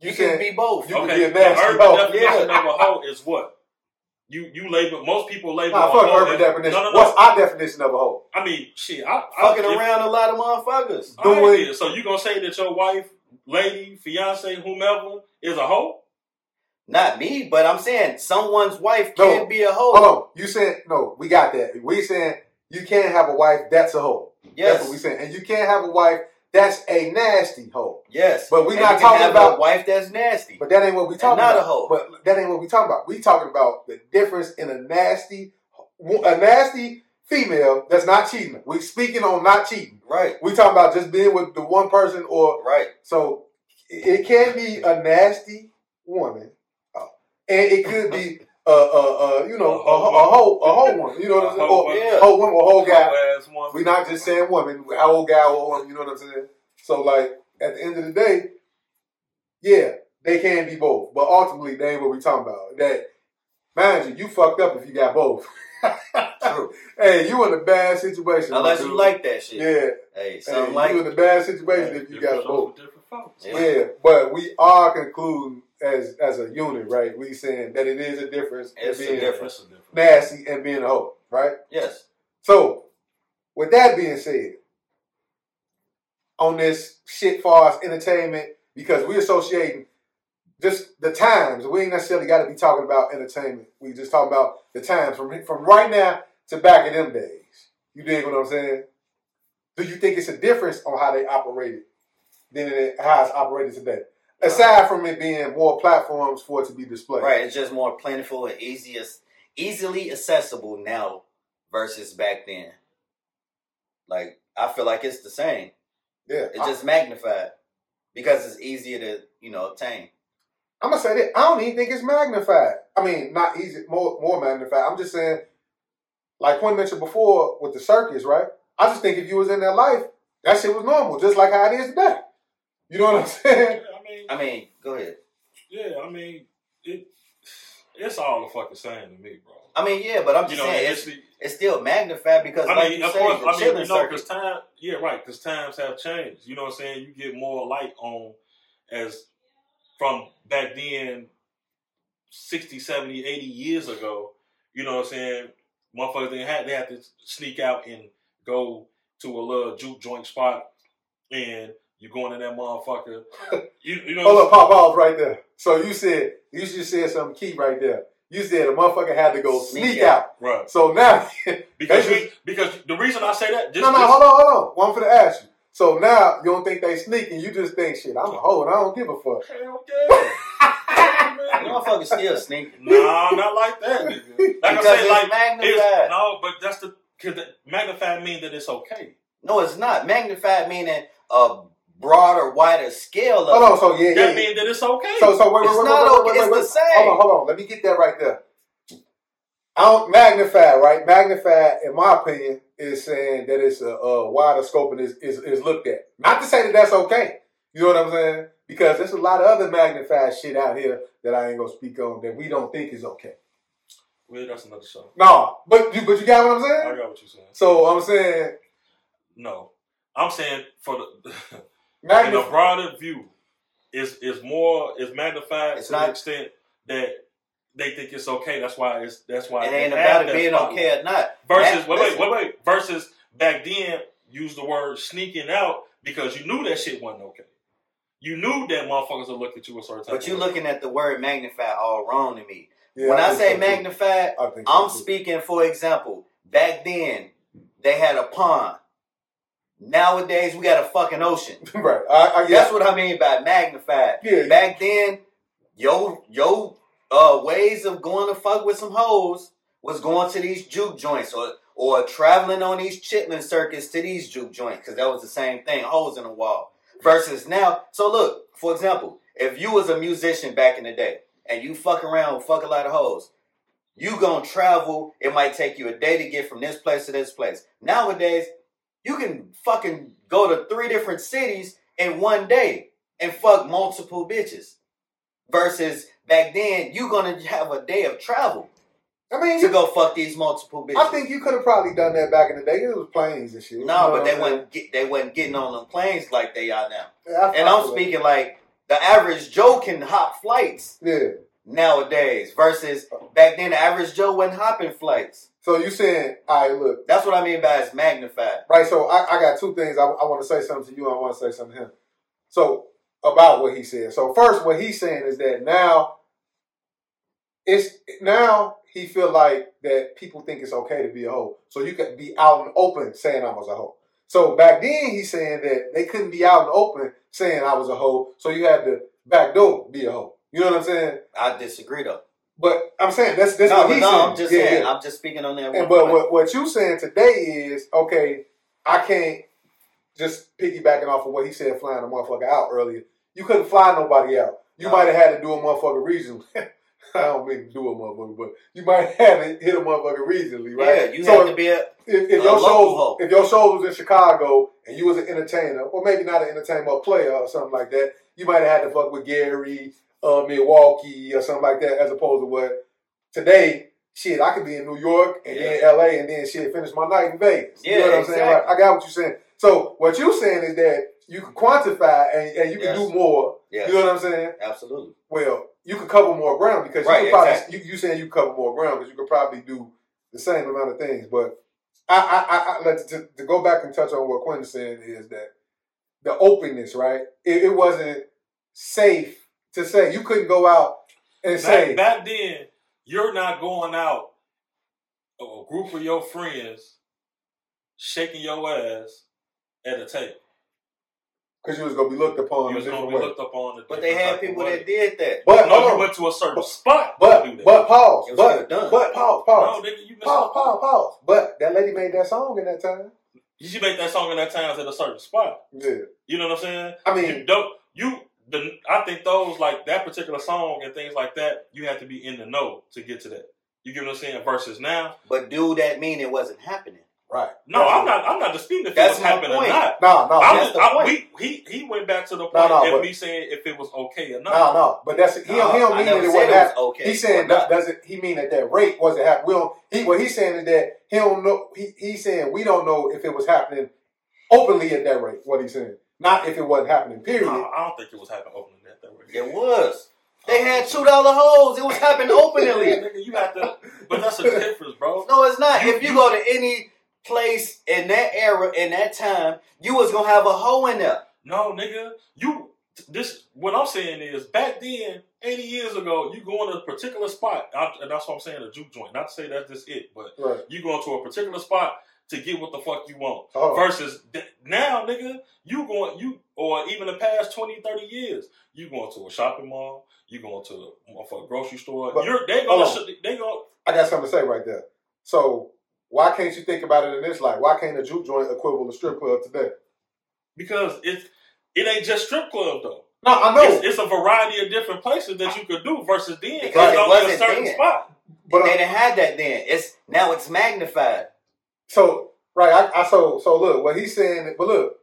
S3: you,
S2: You
S3: can
S2: said-
S3: be both.
S2: you- can
S5: okay,
S2: be a
S5: the
S2: nasty
S5: urban
S2: hoe.
S5: definition
S3: Yeah.
S5: of a hoe is what you you label. Most people label.
S2: Nah,
S5: a
S2: fuck
S5: hoe
S2: urban
S5: as-
S2: definition.
S5: No, no, no.
S2: What's our definition of a hoe?
S5: I mean, shit. I, I
S3: Fucking
S5: if-
S3: around a lot of motherfuckers.
S5: I ain't
S2: doing-
S5: it. So you gonna say that your wife, lady, fiance, whomever is a hoe?
S3: Not me, but I'm saying someone's wife
S2: No.
S3: can be a hoe.
S2: Hold on. You said no. We got that. We saying you can't have a wife that's a hoe. That's
S3: Yes,
S2: what we saying. And you can't have a wife that's a nasty hoe.
S3: yes.
S2: But we
S3: And
S2: not
S3: you can
S2: talking
S3: have
S2: about-
S3: a wife that's nasty.
S2: But that ain't what we talking
S3: not a
S2: about.
S3: hoe.
S2: But that ain't what we talking about. We talking about the difference in a nasty, a nasty female that's not cheating. We speaking on not cheating.
S3: right,
S2: We talking about just being with the one person or
S3: right.
S2: So it it can be a nasty woman, uh, and it could be a uh, uh, you know a,
S5: A
S2: ho-
S5: hoe
S2: a whole a whole woman. You know what I'm
S5: A
S2: saying?
S5: hoe
S2: Or,
S3: Yeah.
S2: whole woman, or whole guy.
S5: Hoe-ass woman.
S2: We're not just saying woman. How old guy, old woman. You know what I'm saying? So like at the end of the day, yeah, they can be both, but ultimately they ain't what we talking about. That mind you, you fucked up if you got both.
S3: True.
S2: hey, you in a bad situation. my
S3: Unless you
S2: dude.
S3: like that shit.
S2: yeah,
S3: Hey, something
S2: hey,
S3: like
S2: you in a bad situation if you got
S5: Different strokes
S2: both.
S5: for Different folks.
S3: Yeah.
S2: Yeah, but we are concluding as as a unit, right? We saying that it is a difference in
S3: It's a
S2: being
S3: difference.
S5: That's a different.
S2: nasty and being a hoe, right?
S3: yes.
S2: So, with that being said, on this shit far as entertainment, because we associating just the times. We ain't necessarily got to be talking about entertainment. We just talking about the times from from right now to back in them days. You dig what I'm saying? Do you think it's a difference on how they operated than it, how it's operated today? Aside from it being more platforms for it to be displayed,
S3: Right. It's just more plentiful and easiest, easily accessible now versus back then. Like I feel like it's the same.
S2: Yeah,
S3: It's just magnified because it's easier to you know obtain.
S2: I'm gonna say that I don't even think it's magnified. I mean, not easy, more more magnified. I'm just saying, like Quinn mentioned before with the circus, right? I just think if you was in that life, that shit was normal, just like how it is today. You know what I'm
S5: Yeah,
S2: saying?
S5: I mean,
S3: I mean, go ahead.
S5: yeah, I mean, it. It's all the fucking same to me, bro.
S3: I mean, yeah, but I'm just
S5: you know,
S3: saying
S5: it's
S3: it's,
S5: the,
S3: it's still magnified because,
S5: I
S3: like
S5: mean,
S3: you
S5: of
S3: say,
S5: course,
S3: the
S5: I mean,
S3: children
S5: you know,
S3: circuit.
S5: because time, yeah, right, because times have changed. You know what I'm saying? You get more light on as from back then, 60, 70, 80 years ago. You know what I'm saying? Motherfuckers didn't have, they had to sneak out and go to a little juke joint spot and you going in that motherfucker. You, you know what I'm
S2: Hold up, pop off right there. So you said you just said something key right there. You said a motherfucker had to go sneak,
S3: Sneak
S2: out.
S5: Right.
S2: So now, That's
S5: Because we, because the reason I say that, just,
S2: no, no,
S5: just-
S2: hold on, hold on. Well, I'm for to ask you. So now you don't think they sneaking? You just think shit. I'm a hoe and I don't give a fuck.
S5: Hell yeah.
S3: Motherfuckers still sneaking.
S5: nah, not like that, nigga. Like I
S3: Because
S5: said,
S3: it's
S5: like
S3: magnified.
S5: it's, no, but that's the cause that magnified means that it's okay.
S3: No, it's not. Magnified meaning a broader, wider scale of
S2: Hold on. So yeah, yeah,
S5: That
S2: yeah.
S5: means that it's okay.
S2: So so wait, wait,
S3: It's
S2: wait,
S3: not
S2: wait, wait,
S3: okay.
S2: wait, wait,
S3: It's the
S2: wait.
S3: same.
S2: Hold on, hold on. Let me get that right there. I don't magnify, right? Magnify, in my opinion, is saying that it's a, a wider scope and is, is is looked at. Not to say that that's okay. You know what I'm saying? Because there's a lot of other magnified shit out here that I ain't gonna speak on that we don't think is okay.
S5: Well, that's another show.
S2: No, but you but you got what I'm
S5: I
S2: saying?
S5: got what you're saying.
S2: So I'm saying
S5: No, I'm saying for the in a
S2: magnify.
S5: broader view, it's it's more it's magnified
S3: It's
S5: to
S3: not-
S5: the extent that they think it's okay. That's why it's that's why
S3: It
S5: they
S3: ain't about
S5: have
S3: it
S5: that
S3: being
S5: spotlight.
S3: okay or not.
S5: Versus
S3: That-
S5: wait, wait,
S3: listen,
S5: wait, wait. Versus back then, use the word sneaking out because you knew that shit wasn't okay. You knew that motherfuckers would look at you a certain type.
S3: But you
S5: of way.
S3: looking at the word magnified all wrong to me.
S2: Yeah,
S3: when I
S2: think
S3: say
S2: so, too.
S3: magnified,
S2: I think so,
S3: I'm
S2: too.
S3: speaking, for example, back then they had a pond. Nowadays we got a fucking ocean.
S2: right. I, I
S3: That's
S2: guess.
S3: what I mean by magnified.
S2: Yeah.
S3: Back then, yo yo uh, ways of going to fuck with some hoes was going to these juke joints or or traveling on these chitlin circuits to these juke joints because that was the same thing, holes in the wall. Versus now, so look, for example, if you was a musician back in the day and you fuck around, with fuck a lot of hoes, you gonna travel. It might take you a day to get from this place to this place. Nowadays, you can fucking go to three different cities in one day and fuck multiple bitches. Versus back then, you gonna have a day of travel
S2: I mean,
S3: to
S2: you,
S3: go fuck these multiple bitches.
S2: I think you could have probably done that back in the day. It was planes and
S3: no,
S2: shit. You know
S3: but
S2: what
S3: they
S2: I'm saying?
S3: wasn't get, they wasn't getting on them planes like they are now.
S2: Yeah, I
S3: And
S2: fuck
S3: I'm
S2: with it.
S3: speaking like the average Joe can hop flights
S2: Yeah.
S3: nowadays. Versus back then, the average Joe wasn't hopping flights.
S2: So you saying, all right, look,
S3: That's what I mean by it's magnified.
S2: right? So I, I got two things. I, I want to say something to you. And I want to say something to him. So about what he said. So first, what he's saying is that now it's now he feel like that people think it's okay to be a hoe. So you could be out and open saying I was a hoe. So back then he's saying that they couldn't be out and open saying I was a hoe. So you had to backdoor be a hoe. You know what I'm saying?
S3: I disagree though.
S2: But I'm saying that's that's
S3: no,
S2: what
S3: but
S2: he's
S3: no,
S2: saying.
S3: I'm just
S2: Yeah,
S3: saying.
S2: yeah.
S3: I'm just speaking on that.
S2: And
S3: one
S2: but
S3: point.
S2: what what you saying today is okay. I can't just piggybacking off of what he said, flying a motherfucker out earlier. You couldn't fly nobody out. You
S3: No.
S2: might have had to do a motherfucker reason. I don't mean to do a motherfucker, but you might have had to hit a motherfucker reasonably, right?
S3: Yeah, you
S2: so
S3: have to be a.
S2: if, if, if
S3: a
S2: your
S3: local
S2: show
S3: hoe.
S2: if your show was in Chicago and you was an entertainer, or maybe not an entertainer, but a player or something like that, you might have had to fuck with Gary, uh, Milwaukee, or something like that, as opposed to what today. Shit, I could be in New York and then LA and then shit finish my night in Vegas. you
S3: Yeah,
S2: know what I'm saying? Right?
S3: exactly.
S2: I got what you're saying. So what you're saying is that you can quantify and, and you can
S3: Yes.
S2: do more.
S3: Yes,
S2: You know what I'm saying?
S3: absolutely.
S2: Well, you could cover more ground because
S3: Right,
S2: you could probably
S3: exactly.
S2: you, you saying you cover more ground because you could probably do the same amount of things. But I I, I, I like, to, to go back and touch on what Quentin said is that the openness, right? It, it wasn't safe to say you couldn't go out and say
S5: Back, back then, you're not going out of a group of your friends shaking your ass at a table.
S2: because you was gonna be looked upon
S5: You
S2: a
S5: was
S2: different
S5: gonna be
S2: way.
S5: looked upon. a
S3: But they
S5: different
S3: had
S5: type of
S3: people
S5: way.
S3: that did that.
S2: But
S5: No, you
S2: hold on,
S5: went to a certain
S2: But-
S5: spot. to do
S2: but
S5: that.
S2: but pause,
S3: It was
S2: but
S3: still done.
S2: but pause,
S5: no,
S2: pause,
S5: nigga, you missed
S2: pause,
S5: out.
S2: pause, pause. But that lady made that song in that time.
S5: She made that song in that times at a certain spot.
S2: Yeah,
S5: You know what I'm saying?
S2: I
S5: You
S2: mean,
S5: don't you the I think those like that particular song and things like that, you have to be in the know to get to that. You get what I'm saying? Versus now.
S3: But do that mean it wasn't happening?
S2: right?
S5: No,
S2: That's
S5: I'm
S2: it.
S5: not I'm not disputing if
S3: That's
S5: it was
S3: my
S5: happening or
S3: point.
S5: not.
S2: No, no,
S5: I
S3: that's
S5: was,
S3: the
S5: I,
S3: point.
S5: we, he he went back to the point
S2: no,
S5: of
S2: but-
S5: me saying if it was okay or
S2: No,
S5: not.
S2: no, but that's he. don't- he
S3: No,
S2: don't
S3: I
S2: mean that
S3: never said
S2: it wasn't
S3: it was
S2: happening.
S3: okay
S2: He's saying
S3: or not.
S2: that doesn't. He mean that that rate wasn't happening. We don't. He what he's saying is that he don't know. He he's saying we don't know if it was happening openly at that rate. What he's saying, not if it wasn't happening. Period.
S5: No, I don't think it was happening openly that that way.
S3: It was.
S5: Oh,
S3: They had two dollar holes. It was happening openly.
S5: Nigga, you have to, but that's a difference, bro.
S3: No, it's not.
S5: You-
S3: if you,
S5: you-
S3: go to any place in that era, in that time, you was gonna have a hoe in there.
S5: No, nigga, you. This what I'm saying is back then, 80 years ago, you go in a particular spot, I, and that's what I'm saying, a juke joint. Not to say that's just it, but
S2: Right.
S5: you going to a particular spot to get what the fuck you want.
S2: Oh,
S5: Versus th- now, nigga, you going you or even the past 20, 30 years, you going to a shopping mall, you going to a motherfucking grocery store.
S2: But-
S5: You're they
S2: hold
S5: gonna
S3: oh.
S2: on.
S5: sh- they gonna
S2: I got something to say right there. So why can't you think about it in this light? Why can't a juke joint equivalent to strip club today?
S5: because it's it ain't just strip club though.
S2: No, I know,
S5: It's, it's a variety of different places that you could do versus then
S3: Because it
S5: it's only a
S3: wasn't
S5: certain
S3: then.
S5: spot.
S2: but
S3: they
S2: I,
S3: didn't have that then. It's now it's magnified.
S2: so right. I, I so so look what he's saying. But look,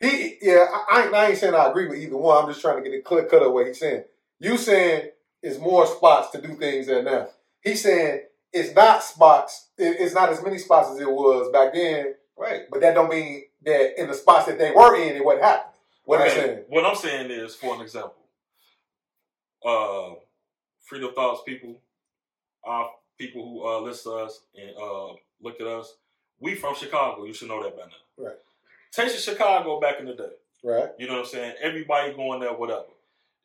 S2: He, yeah, I, I ain't- I ain't saying I agree with either one. I'm just trying to get a clear cut of what he's saying. You saying it's more spots to do things than now. He's saying it's not spots. It, it's not as many spots as it was back then.
S3: Right.
S2: But that don't mean that in the spots that they were in, it wasn't happening. What I'm
S5: Okay,
S2: saying.
S5: what I'm saying is, for an example, uh, Freedom Thoughts people, our people who uh, listen to us and uh, look at us, we from Chicago. You should know that by now.
S2: Right.
S5: Taste of Chicago back in the day.
S2: Right.
S5: You know what I'm saying? Everybody going there, whatever.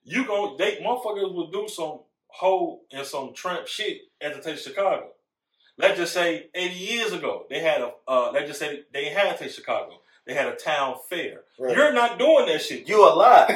S5: You go, they motherfuckers will do some hoe and some tramp shit at the Taste of Chicago. Let's just say 80 years ago, they had a, uh, let's just say they had Taste of Chicago. They had a town fair.
S2: Right.
S5: You're not doing that shit.
S3: You alive.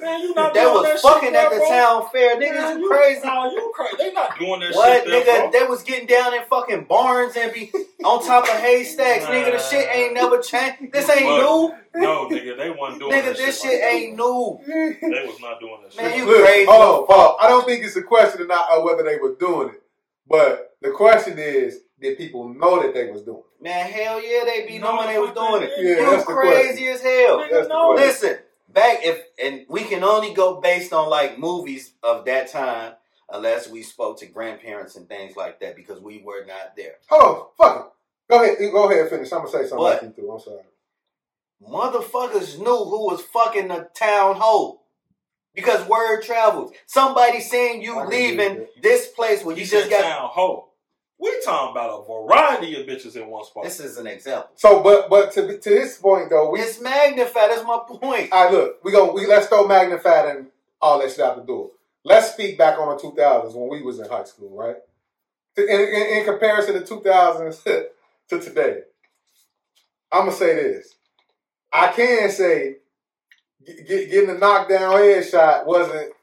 S5: Man, you
S3: They
S5: not doing
S3: was
S5: that
S3: fucking
S5: shit,
S3: at
S5: bro.
S3: the town fair.
S5: Man,
S3: Niggas, you crazy.
S5: Nah, you crazy. They not doing that
S3: What
S5: shit, there,
S3: nigga?
S5: bro.
S3: They was getting down in fucking barns and be on top of haystacks. nigga, the shit ain't never changed. This ain't
S5: What?
S3: new.
S5: No, nigga, they wasn't doing
S3: Nigga,
S5: that
S3: this
S5: shit.
S3: shit ain't new.
S5: They was not doing that shit.
S3: Man, you
S2: Look,
S3: crazy.
S2: Hold on, Paul. I don't think it's a question of not of whether they were doing it, but the question is, did people know that they was doing it?
S3: Man, hell yeah, they be
S5: No,
S3: knowing they was
S5: fuck
S3: doing
S5: that.
S3: it.
S2: Yeah,
S3: you
S2: that's the
S3: crazy as hell.
S5: Nigga,
S2: That's the
S5: no.
S2: question.
S3: Listen, back if and we can only go based on like movies of that time, unless we spoke to grandparents and things like that because we were not there.
S2: Hold on, fuck it. Go ahead, you go ahead and finish. I'm gonna say something
S3: What?
S2: after you through. I'm sorry.
S3: Motherfuckers knew who was fucking the town hoe. Because word travels. Somebody seeing you
S2: I can do
S3: leaving
S2: that.
S3: this place where
S5: You
S3: you
S5: said
S3: just got.
S5: town hoe. We talking about a variety of bitches in one spot.
S3: This is an example.
S2: So, but but to to this point though, we
S3: It's magnified. That's my point.
S2: all right. Look, we go. We let's throw magnified and all that shit out the door. Let's speak back on the 2000s when we was in high school, right? In, in, in comparison to 2000s to today, I'm gonna say this. I can say get, getting a knockdown headshot wasn't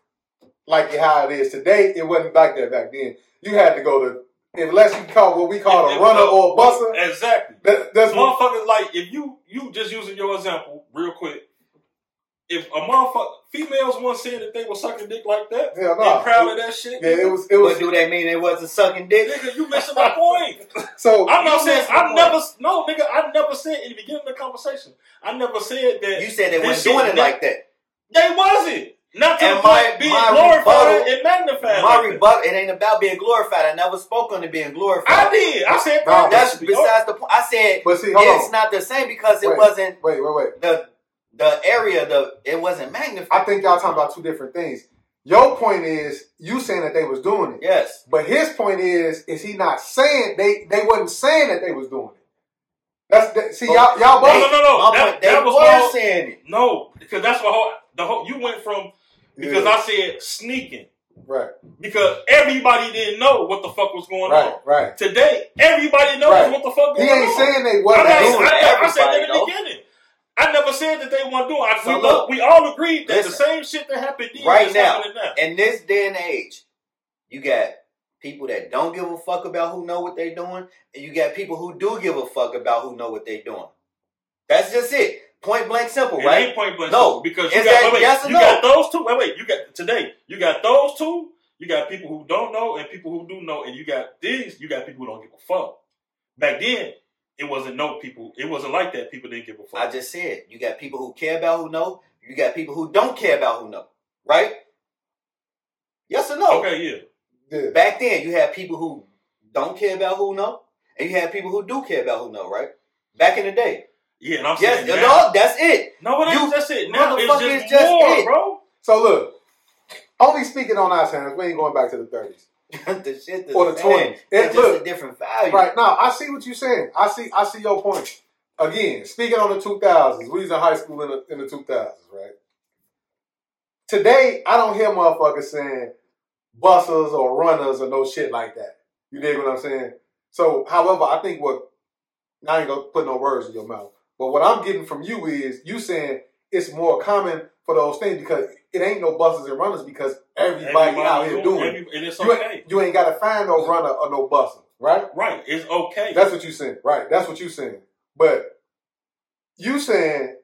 S2: like how it is today. It wasn't like that back then. You had to go to unless you caught what we call a
S5: If-
S2: runner
S5: if-
S2: or a buster.
S5: Exactly.
S2: That, that's
S5: Because
S2: what,
S5: motherfuckers like if you you just using your example real quick. If a motherfucker females once said that they were sucking dick like that,
S2: hell
S5: they
S2: no.
S5: proud of that shit.
S2: Yeah, it was it
S3: What
S2: was
S3: do they mean? It wasn't sucking dick.
S5: Nigga, you missing my point.
S2: so
S5: I'm
S3: You
S5: not saying
S3: missing
S5: I
S3: the
S5: never no nigga. I never said in the beginning of the conversation. I never said that
S3: You said they
S5: This
S3: wasn't
S5: shit
S3: doing it
S5: that-
S3: like that.
S5: they wasn't. Not to
S3: And
S5: the
S3: my-
S5: point being
S3: my
S5: glorified
S3: rebuttal-
S5: and magnified.
S3: My
S5: like that.
S3: rebuttal. It ain't about being glorified. I never spoke on it being glorified.
S5: I did. I said
S2: No,
S5: proud.
S3: That's
S5: That's
S3: besides the point. I said
S2: but see, hold
S3: it's
S2: on.
S3: not the same because it
S2: Wait.
S3: wasn't
S2: Wait, wait, wait.
S3: the the area. The it wasn't
S2: I
S3: magnified.
S2: think y'all talking about two different things. Your point is you saying that they was doing it.
S3: Yes.
S2: But his point is, is he not saying they they wasn't saying that they was doing it. That's that, see y'all y'all
S5: No,
S2: both
S5: no, no, no.
S3: My
S5: That-
S3: point, they
S5: that was
S3: were
S5: all-
S3: saying it.
S5: no because that's the whole the whole. You went from because I said sneaking.
S2: right
S5: because everybody didn't know what the fuck was going
S2: right
S5: on.
S2: right.
S5: Today, everybody knows
S2: Right.
S5: what the fuck
S2: He
S5: going
S2: ain't
S5: on.
S2: saying they
S5: I'm
S2: wasn't
S5: not-
S2: doing it.
S5: I, I, said that in
S3: Everybody know.
S5: the beginning. I never said that they weren't doing. it. I,
S3: So
S5: we,
S3: look,
S5: we all agreed that the
S3: listen.
S5: same shit that happened then
S3: Right
S5: is
S3: now.
S5: happening now.
S3: In this day and age, you got people that don't give a fuck about who know what they're doing, and you got people who do give a fuck about who know what they're doing. That's just it. Point blank, simple,
S5: It
S3: right?
S5: ain't point blank.
S3: No.
S5: because you
S3: Is
S5: got
S3: that
S5: wait, wait,
S3: yes or
S5: you
S3: no?
S5: got those two. Wait, wait, you got today. You got those two. You got people who don't know and people who do know, and you got these. You got people who don't give a fuck. Back then, it wasn't no people. It wasn't like that. People didn't give a fuck.
S3: I just said you got people who care about who know, you got people who don't care about who know, right? Yes or no?
S5: okay, yeah.
S2: Yeah.
S3: Back then, you had people who don't care about who know, and you had people who do care about who know, right? Back in the day,
S5: Yeah, and I'm
S3: yes,
S5: saying now-
S3: no, that's it.
S5: No, it ain't
S3: You-
S5: just it. Now it's
S3: motherfucker,
S5: just,
S3: it's just
S5: more,
S3: it.
S5: bro.
S2: So look, only speaking on our terms, we ain't going back to the thirties.
S3: the shit, the
S2: Or the
S3: same.
S2: 20s. It
S3: It's just
S2: look-
S3: a different value.
S2: Right now, I see what you're saying. I see I see your point. Again, speaking on the 2000s, we was in high school in the, in the 2000s, right? Today, I don't hear motherfuckers saying busters or runners or no shit like that. You dig what I'm saying? So, however, I think what I ain't gonna put no words in your mouth, but what I'm getting from you is you saying it's more common for those things because it ain't no busters and runners because everybody, out here doing it.
S5: every- and it's
S2: You
S5: okay.
S2: ain't, you ain't gotta find no runner or no buster, right?
S5: Right, it's okay.
S2: That's what you saying, right? That's what you saying. But you saying,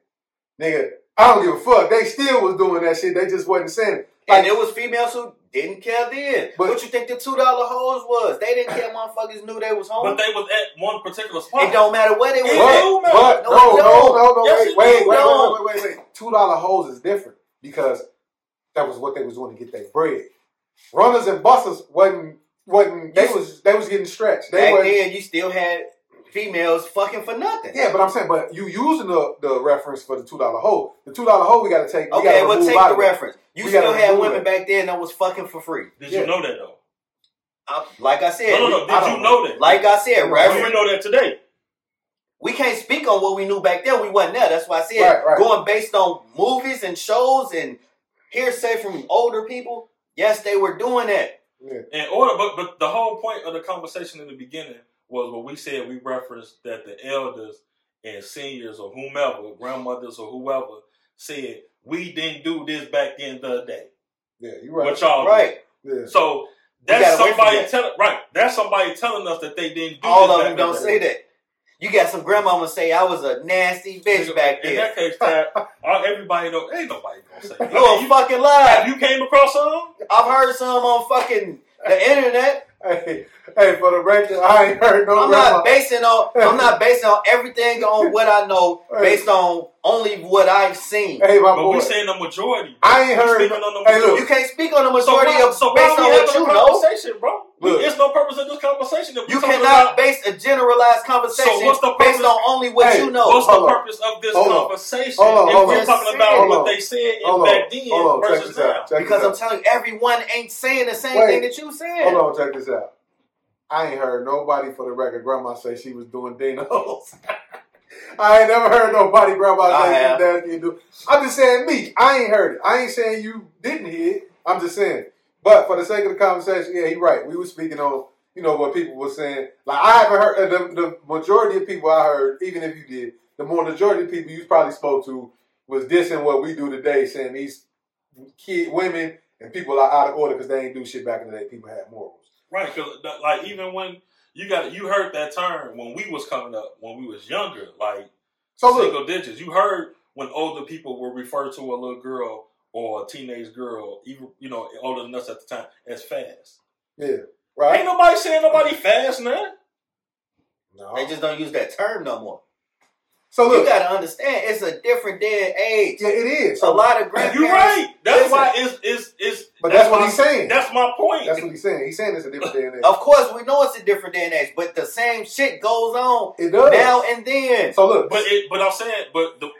S2: nigga, I don't give a fuck. They still was doing that shit. They just wasn't saying it.
S3: And there was females who didn't care then.
S2: But-
S3: what you think the two dollar hoes was? They didn't care. Motherfuckers knew they was
S5: but
S3: home.
S5: they was at one particular
S3: it
S5: spot.
S3: don't matter where they was.
S5: It
S3: at.
S5: do
S2: But,
S5: matter.
S2: but
S3: No,
S2: no,
S3: it
S2: no,
S3: don't.
S2: no, no,
S5: Yes,
S2: wait,
S5: it
S2: wait,
S5: do.
S2: wait, wait,
S3: No.
S2: wait, wait, wait, wait. Two dollar hoes is different because that was what they was doing to get their bread. Runners and busters wasn't wasn't they was they was getting stretched. They
S3: Back
S2: wasn't
S3: then, you still had females fucking for nothing.
S2: yeah, but I'm saying, but you using the, the reference for the two dollar hoe. The two dollar hoe, we gotta take. We
S3: Okay,
S2: gotta
S3: well,
S2: remove
S3: take
S2: out
S3: the
S2: of it.
S3: reference. You
S2: We
S3: still
S2: gotta
S3: had
S2: remove
S3: women
S2: it.
S3: back then that was fucking for free.
S5: Did
S2: Yeah.
S5: you know that though?
S3: I, like I said,
S5: no, no, no. Did
S2: I
S5: you
S2: don't
S5: know,
S2: know.
S5: that?
S3: like I said,
S2: No,
S5: Do you
S3: reference.
S5: know that today?
S3: We can't speak on what we knew back then. We wasn't there. That's why I said
S2: Right, right.
S3: going based on movies and shows and hearsay from older people. Yes, they were doing that.
S5: In order, but but the whole point of the conversation in the beginning was what we said. We referenced that the elders and seniors or whomever, grandmothers or whoever, said we didn't do this back in the day.
S2: Yeah, you right.
S5: What y'all did.
S3: Right.
S2: Yeah.
S5: So
S3: gotta
S5: that's
S3: wait for
S5: somebody
S3: that.
S5: telling right. That's somebody telling us that they didn't do
S3: All
S5: this
S3: of
S5: back
S3: them
S5: in
S3: don't
S5: the
S3: say
S5: day.
S3: that. You got some grandmama say I was a nasty bitch
S5: Nigga,
S3: back then.
S5: In that case, Tad, all- everybody don't ain't nobody gonna say. That.
S3: You a fucking lie.
S5: Have you came across some?
S3: I've heard some on fucking the internet.
S2: Hey, hey, for the record, I ain't heard no
S3: I'm
S2: grandma.
S3: not basing on I'm not basing on everything on what I know, based on only what I've seen.
S2: hey, my
S5: But
S2: boy,
S5: we saying the majority.
S2: I ain't
S5: We
S2: heard
S5: Speaking
S2: no-
S5: on the
S2: Hey,
S5: majority.
S2: look,
S3: You can't speak on the
S5: so
S3: majority
S5: why,
S3: of
S5: so why
S3: based
S5: we
S3: on
S5: having
S3: what you
S5: a
S3: know.
S5: conversation, bro?
S2: Look.
S5: There's no purpose in this conversation. If we
S3: You
S5: talking
S3: cannot
S5: about-
S3: base a generalized conversation
S5: what's the
S3: based
S5: purpose?
S3: on only what
S2: Hey,
S3: you know.
S5: What's the
S2: hold on.
S5: purpose of this
S2: Hold on.
S5: conversation?
S2: Hold on,
S5: if
S2: hold
S5: we're
S2: on.
S5: talking about
S3: Hold
S5: what
S2: on.
S5: they said in
S2: hold on,
S5: back then
S2: hold on, check
S5: versus
S2: this
S5: now.
S2: out. Check
S3: because I'm
S2: this
S3: telling you, everyone ain't saying the same
S2: Wait.
S3: thing that you said.
S2: out. hold on, check this out. I ain't heard nobody for the record. Grandma say she was doing dinos. I ain't never heard nobody grandma
S3: I
S2: say she
S3: have.
S2: was nasty and do. I'm just saying me. I ain't heard it. I ain't saying you didn't hear it. I'm just saying But for the sake of the conversation, yeah, you're right. We were speaking on, you know, what people were saying. Like I haven't heard uh, the, the majority of people I heard, even if you did, the more majority of people you probably spoke to was dissing what we do today, saying these kid women and people are out of order because they ain't do shit back in the day. People had morals.
S5: Right, because like even when you got you heard that term when we was coming up when we was younger, like
S2: So look,
S5: single digits. You heard when older people were referred to a little girl or a teenage girl, even you know older than us at the time, as fast.
S2: yeah, right?
S5: Ain't nobody saying nobody fast now.
S2: No.
S3: They just don't use that term no more.
S2: So
S3: You
S2: look,
S3: gotta understand, it's a different day and age.
S2: yeah, it is.
S3: A lot of grandparents.
S5: You right. That's
S3: Listen.
S5: why it's it's it's.
S2: but that's, what
S5: my-
S2: he's saying. That's,
S5: That's my point.
S2: what he's saying. He's saying it's a different day and age.
S3: Of course, we know it's a different day and age, but the same shit goes on
S2: It does.
S3: now and then.
S2: so look,
S5: but it but I'm saying but the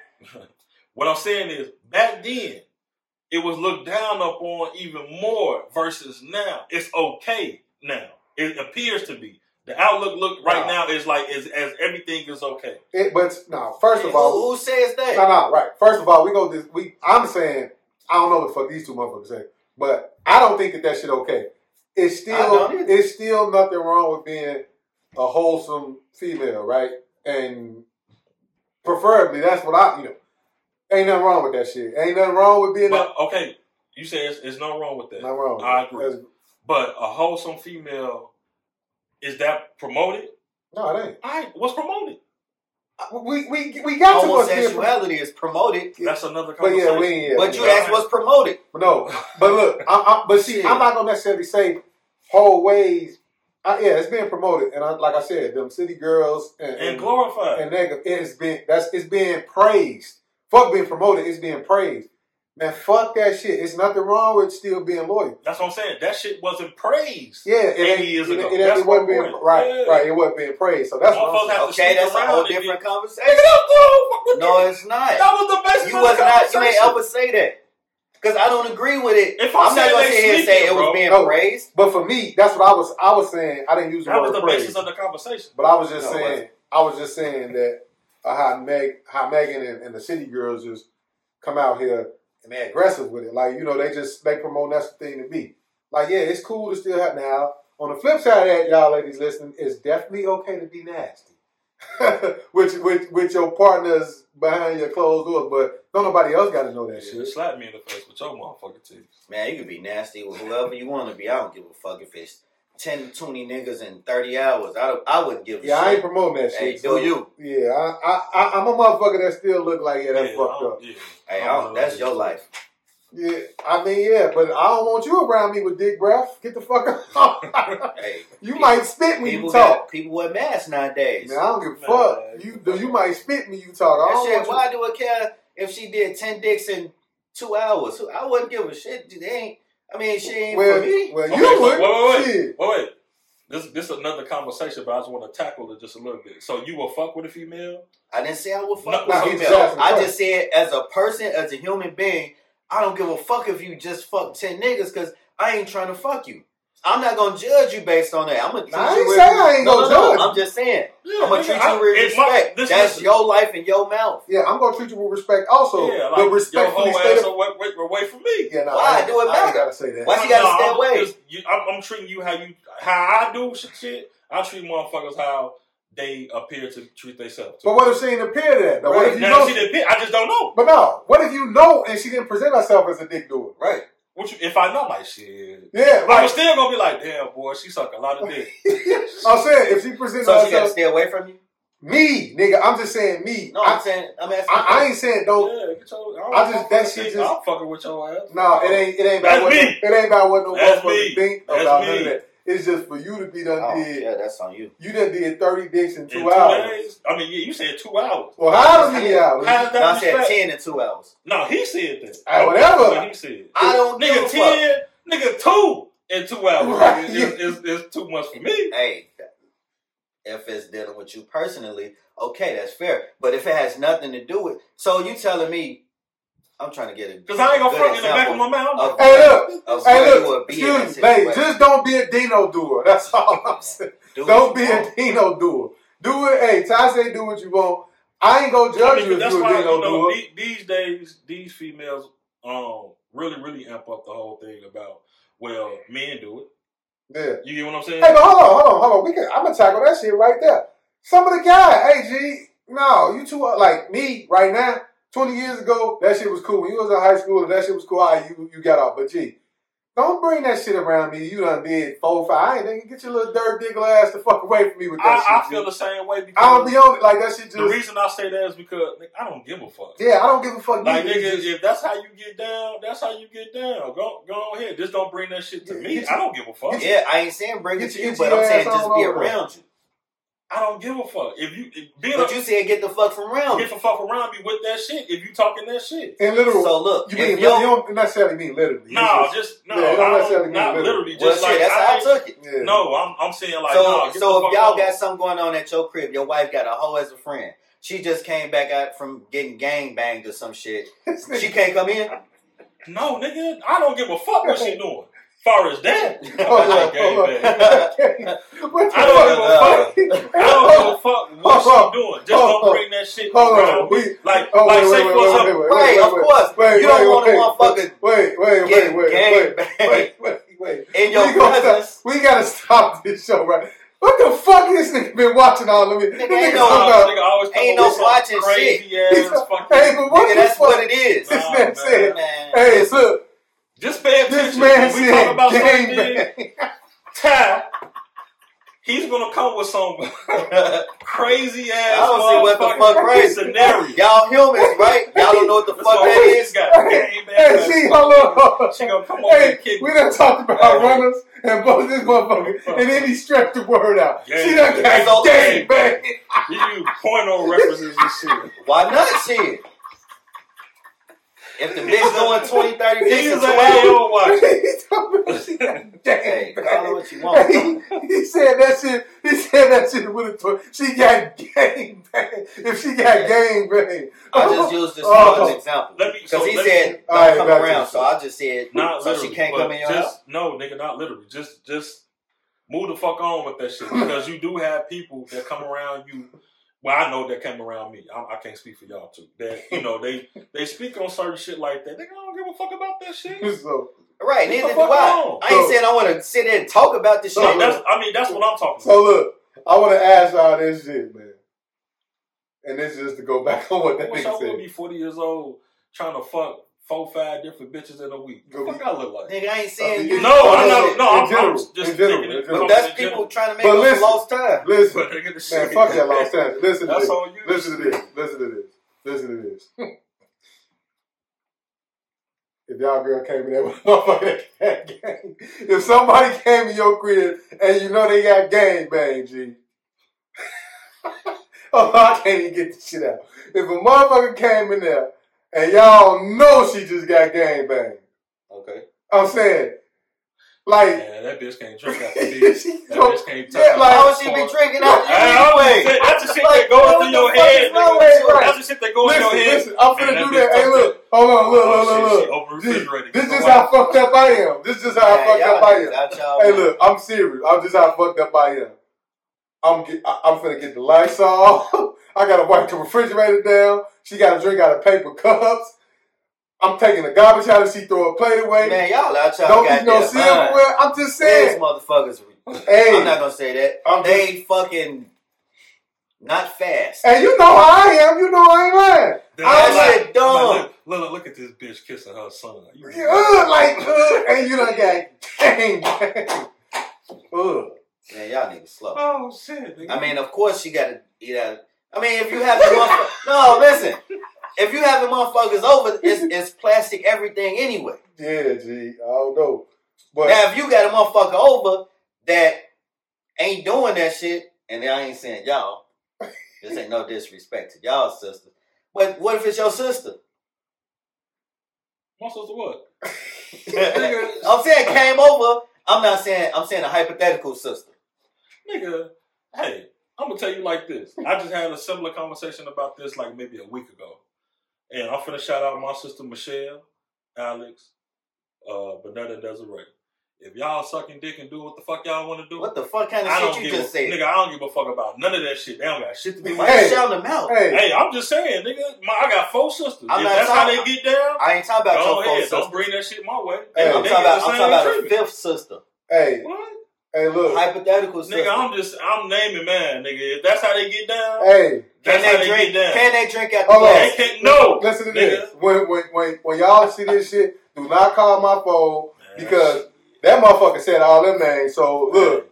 S5: what I'm saying is back then it was looked down upon even more versus now. It's okay now. It appears to be. The outlook look right
S2: Wow.
S5: now is like is as everything is okay.
S2: it, but no. First of all,
S3: who, who says that?
S2: No, no, right. First of all, we go this. We I'm saying I don't know what the fuck these two motherfuckers say, but I don't think that that shit okay. It's
S3: I
S2: still
S3: don't either.
S2: it's still nothing wrong with being a wholesome female, right? And preferably, that's what I you know. Ain't nothing wrong with that shit. Ain't nothing wrong with being.
S5: But okay, you say it's, it's nothing wrong with that.
S2: nothing wrong. With
S5: I
S2: it.
S5: agree.
S2: That's-
S5: But a wholesome female is that promoted?
S2: No, it ain't.
S5: I what's promoted?
S2: We we we got too much different.
S3: Homosexuality is promoted,
S5: That's another
S2: But
S5: conversation.
S2: yeah, we ain't. yet.
S3: but you
S5: Yeah.
S3: asked what's promoted.
S2: No, but look, I, I, but see, I'm not gonna necessarily say whole ways. I, yeah, it's being promoted, and I, like I said, them city girls and
S5: and
S2: and,
S5: glorified.
S2: and nigga, it's been that's it's being praised. Fuck being promoted, it's being praised. Man, fuck that shit. It's nothing wrong with still being loyal.
S5: That's what I'm saying. That shit wasn't praised.
S2: Yeah, it
S5: 80
S2: ain't-
S5: years
S2: it,
S5: ago.
S2: It, ain't-
S5: That's
S2: it wasn't
S5: my
S2: being
S5: point.
S2: right,
S5: Yeah.
S2: right. It wasn't being praised. So that's what I'm
S5: Motherfuckers
S2: saying.
S3: Okay,
S5: have to sneak
S3: that's a
S5: around
S3: whole
S5: and get-
S3: different
S5: Nigga,
S3: conversation.
S5: that's cool.
S3: No, it's not.
S5: that was the best.
S3: You was not. You ain't ever say that because I don't agree with it.
S5: If I'm
S3: I'm not
S5: saying
S3: gonna
S5: they
S3: sit here and
S5: sneaky,
S3: say it
S5: bro.
S3: was being
S2: No.
S3: praised.
S2: But for me, that's what I was. I was saying I didn't use the
S5: That was
S2: word
S5: the
S2: praised.
S5: basis of the conversation.
S2: But I was just
S3: No, it
S2: saying,
S3: wasn't.
S2: I was just saying that uh, how Meg, how Megan and, and the City Girls just come out here and they're aggressive with it. Like you know, they just they promote that's the thing to be. Like yeah, it's cool to still have now. On the flip side of that, y'all ladies listening, it's definitely okay to be nasty. with, with with your partners behind your closed doors, but don't nobody else got to know that
S5: Yeah,
S2: shit.
S5: slap me in the face with your motherfucking teeth.
S3: Man, you can be nasty with whoever you want to be. I don't give a fuck if it's 10, 20 niggas in 30 hours. I, don't, I wouldn't give a
S2: Yeah, I ain't
S3: shit.
S2: promoting that shit.
S3: Hey,
S2: so-
S3: do you?
S2: Yeah, I, I, I, I'm a motherfucker that still look like yeah, that's
S5: Yeah, I
S2: fucked
S5: don't-
S2: up.
S5: yeah.
S3: Hey,
S5: I
S3: I
S5: don't
S3: don't,
S5: know.
S3: that's your life.
S2: Yeah, I mean, yeah, but I don't want you around me with dick breath. Get the fuck out.
S3: Hey,
S2: you
S3: people-
S2: might spit when you
S3: people
S2: talk.
S3: got- people wear masks nowadays.
S2: Man, I don't give a
S5: Man,
S2: fuck.
S5: you
S2: You
S5: fuck
S2: you
S5: up.
S2: might spit when you talk.
S3: That
S2: I don't
S3: shit,
S2: want
S3: why do I care if she did 10 dicks in two hours? I wouldn't give a shit. They ain't, I mean, she
S2: you.
S3: ain't
S2: Well,
S3: for me.
S2: well,
S5: Okay,
S2: you
S5: so-
S2: would.
S5: wait, wait,
S2: Shit.
S5: Wait, wait. This this is another conversation, but I just want to tackle it just a little bit. So you will fuck with a female?
S3: I didn't say I would fuck
S5: No,
S2: nah,
S3: with
S2: he's
S3: female.
S2: asking
S3: I
S2: first.
S3: just said as a person, as a human being, I don't give a fuck if you just fuck 10 niggas because I ain't trying to fuck you. I'm not going to judge you based on that. I'm going to treat
S2: Nah, I
S3: you
S2: ain't
S3: with-
S2: saying I ain't
S3: no,
S2: gonna
S3: no,
S2: judge.
S3: No, I'm just saying.
S5: Yeah,
S3: I'm going
S5: nigga,
S3: to treat
S5: I-
S3: you with
S5: it- my-
S3: respect.
S5: this
S3: That's
S5: is-
S3: your life and your mouth.
S2: Yeah, I'm gonna treat you with respect. Also, but
S5: yeah, like your
S2: respectfully
S5: whole
S2: state
S5: ass
S2: of,
S5: away, away, away from me.
S2: yeah, nah,
S3: Why?
S2: I ain't-
S3: Do it
S2: I ain't
S3: matter?
S2: gotta say that.
S3: Why she gotta stay
S5: Oh, I'm
S3: away?
S5: just- you- I'm, I'm treating you how you how I do sh- shit. I treat motherfuckers how they appear to treat themselves.
S2: But what if she didn't appear to that? Now, what if you
S5: now,
S2: know?
S5: she didn't pick, I just don't know.
S2: but no, what if you know and she didn't present herself as a dick doer? Right.
S5: What you, if I know my shit?
S2: Yeah,
S5: I was
S2: right.
S5: still gonna be like, damn boy, she suck a lot of dick.
S2: I'm saying if she presents
S3: So she got to
S2: herself,
S3: stay away from you?
S2: me, nigga, I'm just saying me.
S3: No,
S2: I,
S3: I'm saying, I'm asking.
S2: I, I ain't saying don't
S5: yeah, get your, I, don't
S2: I just-
S5: fuck with
S2: that shit
S5: dick.
S2: just-
S5: I'm fucking with your ass.
S2: No, it ain't. It ain't
S5: That's
S2: about what. No,
S5: me.
S2: it ain't about what no
S5: That's
S2: motherfucker
S5: me.
S2: think
S5: That's
S2: about none
S5: me.
S2: of that. It's just for you to be done.
S3: Oh,
S2: did.
S3: yeah, that's on you.
S2: You done did thirty dicks in
S5: In
S2: two hours.
S5: days? I mean, yeah, you said two hours.
S2: Well, how many hours?
S5: How does
S3: No, I
S5: that
S3: said
S5: respect?
S3: 10 in two hours.
S5: No, he said that.
S2: Ah, whatever.
S5: What he said.
S3: I don't give a
S5: Nigga
S3: fuck.
S5: ten, nigga two in two hours
S2: Right.
S5: is, is, is, is too much for me.
S3: hey, if it's dealing with you personally, okay, that's fair. But if it has nothing to do with, so you telling me, I'm trying to get a
S5: Cause I ain't gonna
S3: good
S5: front in the back of
S3: example
S5: my mouth. I'm
S3: of-
S5: like,
S2: Hey, look.
S3: of
S2: Hey,
S3: where you
S2: look.
S3: would be in that
S2: Excuse me, hey,
S3: situation.
S2: just don't be a Dino doer. That's all I'm saying.
S3: Do what
S2: Don't be
S3: you
S2: a
S3: want.
S2: Dino doer. Do it. Hey, Ty say do what you want. I ain't gonna
S5: I
S2: judge
S5: mean,
S2: you if
S5: that's
S2: you a
S5: why you
S2: Dino
S5: know
S2: doer.
S5: the- these days these females um really really amp up the whole thing about Well, men do it.
S2: Yeah.
S5: You get what I'm saying?
S2: Hey, but hold on, hold on, hold on. We can. I'm gonna tackle that shit right there. Some of the guys, hey G, no, you two are like me right now. Twenty years ago, that shit was cool. When you was in high school, and that shit was cool. All right, you you got off, but G, don't bring that shit around me. You done did four, five. Hey, nigga, get your little dirt digger ass the fuck away from me with that
S5: I, I
S2: shit.
S5: feel
S2: G.
S5: the same way because
S2: I don't be on it like that shit. Just
S5: the reason I say that is because nigga, I don't give a fuck.
S2: yeah, I don't give a fuck.
S5: Like
S2: You
S5: nigga,
S2: just-
S5: if that's how you get down, that's how you get down. Go go ahead. Just don't bring that shit to me. I don't give a fuck.
S3: Yeah, I ain't saying bring it
S2: Get
S3: to
S2: your
S3: you, but I'm
S2: ass
S3: saying just
S2: all
S3: be
S2: over.
S3: around you.
S5: I don't give a fuck. If you if, being
S3: But
S5: a,
S3: you said get the fuck from around
S5: get
S3: me.
S5: the fuck around me with that shit, if you talking that shit.
S2: in literal,
S3: So look,
S2: you
S3: if
S2: mean you
S3: your-
S2: don't necessarily mean literally.
S5: No, just no,
S2: yeah,
S5: I
S2: don't necessarily
S5: don't,
S2: mean
S5: not
S2: literally.
S5: literally. Just
S3: well, shit,
S5: like
S3: that's
S5: I,
S3: how I took it.
S2: It's just- yeah.
S5: No, I'm I'm saying like
S3: so,
S5: nah, get the
S3: so if
S5: fuck
S3: y'all
S5: on.
S3: got something going on at your crib, your wife got a hoe as a friend. She just came back out from getting gang banged or some shit.
S2: This
S3: She
S2: nigga-
S3: can't come in.
S5: No, nigga, I don't give a fuck what she doing. Far as that,
S2: Hold
S5: I
S2: up,
S5: gave
S2: hold
S5: that.
S2: up. What
S5: I don't
S2: the fuck?
S5: I don't give a fuck what she doing. Just don't bring that shit
S2: Hold on,
S5: around me.
S2: we
S5: Like,
S2: oh,
S5: like
S2: wait,
S5: say
S2: wait,
S5: for
S2: wait,
S5: example,
S2: wait,
S3: Right, of course.
S2: Wait,
S3: You don't
S2: wait,
S3: want a
S2: wait, Wait, wait, wait,
S3: Getting
S2: wait,
S3: gang
S2: wait,
S3: banged
S2: wait, wait, wait.
S3: in your
S2: we gonna
S3: presence.
S2: Stop, we gotta stop this show, right? What the fuck this nigga been watching all of me?
S3: Nigga,
S2: This nigga
S3: ain't
S5: Nah,
S3: no-
S2: talking about,
S5: nigga always come
S3: ain't
S5: up
S3: no
S5: with some
S3: watching
S5: crazy
S2: He's a-
S5: ass fucking.
S2: hey, but what
S3: Nigga,
S2: the
S3: that's
S2: fuck?
S3: what it is.
S2: this
S5: Nah,
S2: man
S5: man.
S2: said,
S3: Man.
S2: hey, look,
S5: just pay attention.
S2: this man
S5: when we talk
S2: said
S5: about
S2: gang
S5: something,
S2: bang.
S5: Ty, he's gonna come with some crazy
S3: I
S5: ass.
S3: don't see what the
S5: motherfucking
S3: fuck crazy.
S5: scenario.
S3: Y'all humans, right? Y'all don't know what the
S5: That's
S3: fuck
S5: why
S3: that
S5: we
S3: is.
S5: just got
S2: Hey,
S5: game
S2: hey,
S5: ass.
S2: see, hold on.
S5: She gonna come over
S2: Hey,
S5: and kick
S2: we
S5: me.
S2: done talked about
S3: Hey.
S2: runners and both this motherfucker, and then he stretched the word out.
S5: Gang
S2: she done
S5: bang.
S2: got
S3: Hey.
S2: gang bang.
S5: You do porno references and shit.
S3: Why not shit? If the bitch doing 20, 30 dicks
S5: He's
S3: in
S5: an
S3: 12,
S5: AO watcher.
S2: he told me she got
S3: hey,
S2: gang
S3: call it
S2: bang.
S3: what you want.
S2: Hey, he said that shit. He said that shit with a twist. She got gang bang. If she got gang bang,
S3: I just used this
S2: Oh.
S3: as an example.
S5: Let me.
S3: Because
S5: so
S3: he
S5: let me-
S3: said, don't
S2: All right,
S3: come
S2: back to
S3: around.
S2: the
S3: So I just said,
S5: Not
S3: so
S5: literally.
S3: she can't
S5: but
S3: come in your house?
S5: just, No, nigga, not literally. Just just move the fuck on with that shit because you do have people that come around you. Well, I know that came around me. I, I can't speak for y'all too. That you know they they speak on certain shit like that. Nigga, I don't give a fuck about that shit.
S2: so
S3: Right, neither
S5: the
S3: do
S5: fuck
S3: I.
S5: wrong?
S3: I ain't
S2: So-
S3: saying I want to sit there and talk about this shit.
S5: No, that's, I mean that's what I'm talking about.
S2: so look, I want to ask y'all this shit, man. And this is just to go back on what
S5: I
S2: that
S5: wish I
S2: nigga
S5: would
S2: said.
S5: be 40 years old trying to fuck four, five different bitches in a week. The fuck I look like?
S3: Nigga, I ain't saying
S5: No,
S3: you.
S2: In
S5: I'm not.
S2: general,
S5: No, I'm, I'm
S2: in
S5: just
S2: general,
S5: thinking. it-
S2: in
S3: But
S2: general.
S3: that's
S5: in general.
S3: people trying to make
S2: But
S3: up
S2: listen.
S3: for lost time.
S2: Listen,
S5: But nigga, the
S2: man,
S5: shit.
S2: fuck that Los Angeles. Listen to
S5: That's
S2: this.
S5: all you.
S2: Listen to this. Listen to this. Listen to this. if y'all girl came in there with a motherfucker that got gang, if somebody came in your crib and you know they got gang bang, G. oh, I can't even get this shit out. If a motherfucker came in there and y'all know she just got gang bang,
S3: Okay.
S2: I'm saying, like,
S5: Yeah, that bitch can't drink after this.
S2: she
S5: That
S2: go-
S5: bitch can't touch
S2: Yeah,
S5: my
S3: Why
S2: like-
S5: phone.
S3: would she be drinking
S5: Hey, I
S3: out you
S5: was just
S3: anyway?
S5: saying, That's the shit
S3: Like,
S5: that goes
S3: what
S5: through
S3: the
S5: your
S3: fuck is
S5: head.
S3: wrong
S5: nigga.
S3: with you?
S5: That's the shit that goes in your
S2: listen,
S5: head.
S2: listen, I'm
S5: Man,
S2: finna
S5: that
S2: do
S5: bitch
S2: that. Hey,
S5: fucked
S2: look, hold on, look,
S5: Oh,
S2: look, look,
S5: shit,
S2: look.
S5: she opened the
S2: Gee,
S5: refrigerator.
S2: This
S5: Get
S2: is
S5: the
S2: how
S5: water.
S2: fucked up I am. This is how
S3: Man,
S2: fucked
S3: y'all
S2: up I
S3: niggas
S2: am.
S3: out y'all
S2: Hey,
S3: mind.
S2: look, I'm serious. I'm just how fucked up I am. I'm get, I, I'm finna get the lights off. I gotta wipe the refrigerator down. She gotta drink out of paper cups. I'm taking the garbage out and she throw a plate away.
S3: Man, y'all out y'all
S2: Don't
S3: goddamn
S2: eat no
S3: mind.
S2: silverware. I'm just
S3: These
S2: saying.
S3: motherfuckers. I'm not
S2: Hey,
S3: gonna say that.
S2: I'm
S3: they fucking not fast.
S2: and you know how I am. You know I ain't lying.
S5: Then
S3: That
S5: I'm like-
S3: shit
S5: I'm like,
S3: dumb.
S5: Look, look, look at this bitch kissing her son. You-
S2: You, Ugh, like, ugh, and you done got gang bang. Ugh.
S3: Man, y'all niggas slow.
S5: Oh shit! Nigga.
S3: I mean, of course she gotta eat out. I mean, if you have the motherfuckers, no, listen. If you have the motherfuckers over, it's, it's plastic everything anyway.
S2: Yeah, G. I don't know. But
S3: Now, if you got a motherfucker over that ain't doing that shit, and I ain't saying y'all, this ain't no disrespect to y'all sister. But what if it's your sister?
S5: my sister, what? Nigga.
S3: I'm saying came over. I'm not saying. I'm saying a hypothetical sister.
S5: Nigga, hey, I'm gonna tell you like this. I just had a similar conversation about this like maybe a week ago, and I'm finna shout out my sister Michelle, Alex, uh, Benetta, Desiree. If y'all sucking dick and do what the fuck y'all want to do,
S3: What the fuck kind of
S5: I don't
S3: shit you
S5: give
S3: just
S5: a,
S3: said?
S5: nigga. I don't give a fuck about none of that shit. They don't got shit to be.
S3: Why
S5: mad.
S2: Hey.
S3: you shouting them out?
S2: Hey,
S5: Hey, I'm just saying, nigga. My, I got four sisters.
S3: I'm
S5: if
S3: not
S5: that's
S3: talking-
S5: how they get down,
S3: I ain't talking about
S5: go
S3: your
S5: ahead.
S3: folks.
S5: Don't
S3: sister.
S5: bring that shit my way.
S2: Hey,
S5: They
S3: I'm talking
S5: get
S3: about,
S5: the
S3: I'm
S5: same
S3: talking about a
S5: treatment.
S3: fifth sister.
S2: hey,
S5: What?
S2: hey, look.
S3: Hypothetical sister.
S5: Nigga, I'm just I'm naming mine, nigga. If that's how they get down,
S2: Hey,
S5: that's how
S3: can
S5: they
S3: they drink?
S5: get down.
S3: Can they drink at the
S2: Hold on.
S5: they
S3: last?
S5: can't. No,
S2: listen to
S5: nigga.
S2: this. When, when, when, when y'all see this shit, do not call my phone
S5: Man,
S2: because that motherfucker said all them names. So, look.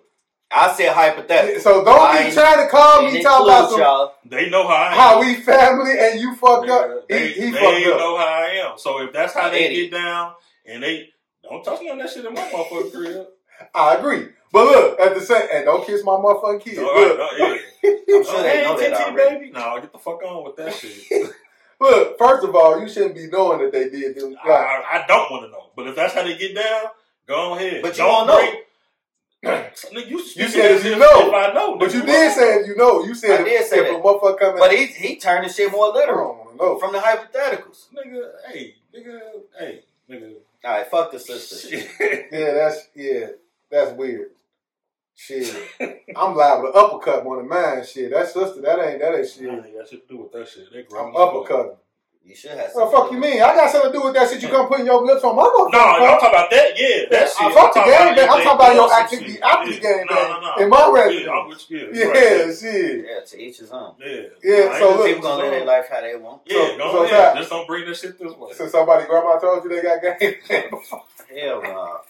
S3: I said hypothetical.
S2: So don't
S3: I
S2: be trying to call
S3: It
S2: me talking about
S3: includes
S2: some
S3: y'all.
S5: they know how I am.
S2: how we family and you fucked
S5: Nigga,
S2: up.
S5: They,
S2: he he
S5: they
S2: fucked up.
S5: know how I am. So if that's how they
S3: Idiot.
S5: get down and they don't touch none of that shit in my motherfucking crib.
S2: I agree. But look, at the same, and don't kiss my motherfucking kid.
S5: All right,
S2: Look,
S5: no, yeah.
S3: I'm sure they know that
S5: TT,
S3: already.
S5: baby. No, get the fuck on with that shit.
S2: look, first of all, you shouldn't be knowing that they did this.
S5: I,
S2: Like,
S5: I- I don't want to know. But if that's how they get down, go ahead.
S3: But you
S5: don't
S3: won't know.
S5: know. Nigga, you, speaking
S2: said
S5: as
S2: if you
S5: if-
S2: know.
S5: If I know.
S2: but
S5: nigga,
S2: you
S5: what?
S2: did say if you know. You said
S3: I
S2: if,
S3: did say
S2: if a
S3: that.
S2: motherfucker coming.
S3: But he he turned the shit more
S2: I don't
S3: literal
S2: wanna know.
S3: from the hypotheticals.
S5: Nigga, hey, nigga, hey, nigga.
S3: All right, fuck the sister.
S5: Shit.
S2: Yeah, that's yeah, that's weird. Shit, I'm liable to uppercut one of mine. Shit, that sister, that ain't that ain't
S5: Nah,
S2: shit.
S5: nigga, that shit to do with that shit. They
S2: I'm
S5: grown as fuck.
S2: uppercutting.
S3: You should have.
S2: What the
S3: something
S2: fuck you
S3: to do.
S2: mean? I got something to do with that shit. You come putting your lips on my
S5: No,
S2: motherfucker.
S5: I'm talking about that. Yeah, that shit.
S2: I fuck the
S5: about
S2: game, man.
S5: if
S2: I'm
S5: they
S2: talking about
S5: doing
S2: your
S5: some
S2: activity
S5: shit.
S2: after the
S5: Yeah.
S2: game,
S5: No,
S2: man.
S5: no, no.
S2: In my
S5: Yeah,
S2: resume.
S5: I'm with you.
S2: Yeah,
S5: Right. Yeah.
S2: shit.
S3: Yeah, to each his own.
S5: Yeah,
S2: Yeah,
S5: Nah,
S2: so
S5: ain't
S2: look-
S3: People gonna live their life how they want.
S5: Yeah,
S2: So-
S5: go
S2: so
S5: ahead.
S2: that-
S5: Just don't bring that shit this way.
S2: So somebody grandma told you they got game.
S3: Hell no.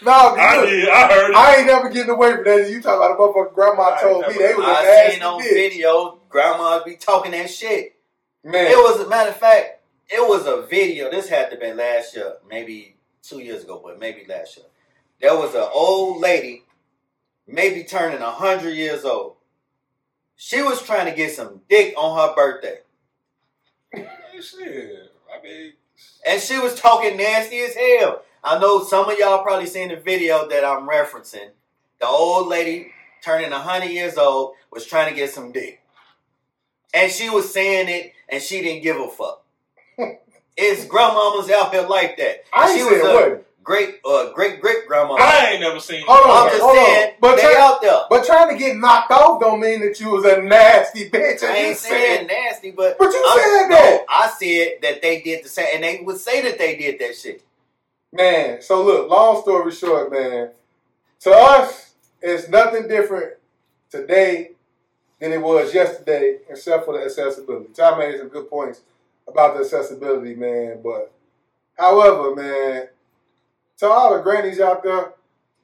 S2: no,
S5: I
S2: good.
S5: did. I heard it.
S2: I ain't never getting away from that. You talking about a motherfucker grandma
S5: I
S2: told
S5: ain't
S2: me
S5: never-
S2: they was a
S3: I
S2: nasty
S3: seen on
S2: bitch.
S3: video grandmas be talking that shit.
S2: Man,
S3: It was a matter of fact, it was a video. This had to have been last year, maybe two years ago, but maybe last year. There was an old lady, maybe turning hundred years old. She was trying to get some dick on her birthday.
S5: Yeah, shit. I mean,
S3: And she was talking nasty as hell. I know some of y'all probably seen the video that I'm referencing. The old lady turning 100 years old was trying to get some dick. And she was saying it and she didn't give a fuck. it's grandmamas out there like that.
S2: I ain't
S3: she was
S2: saying
S3: a
S2: what.
S3: great uh, great great grandma.
S5: I ain't never seen.
S2: Hold
S3: I'm
S2: on,
S3: just
S2: hold
S3: saying
S2: on. But
S3: they
S2: try-
S3: out there.
S2: But trying to get knocked off don't mean that you was a nasty bitch.
S3: I
S2: And you
S3: ain't saying
S2: said,
S3: nasty, but
S2: but you
S3: I'm-
S2: said
S3: no,
S2: that.
S3: I said that they did the same and they would say that they did that shit.
S2: Man, so look, long story short, man, to us, it's nothing different today than it was yesterday, except for the accessibility. Ty made some good points about the accessibility, man. But however, man, to all the grannies out there,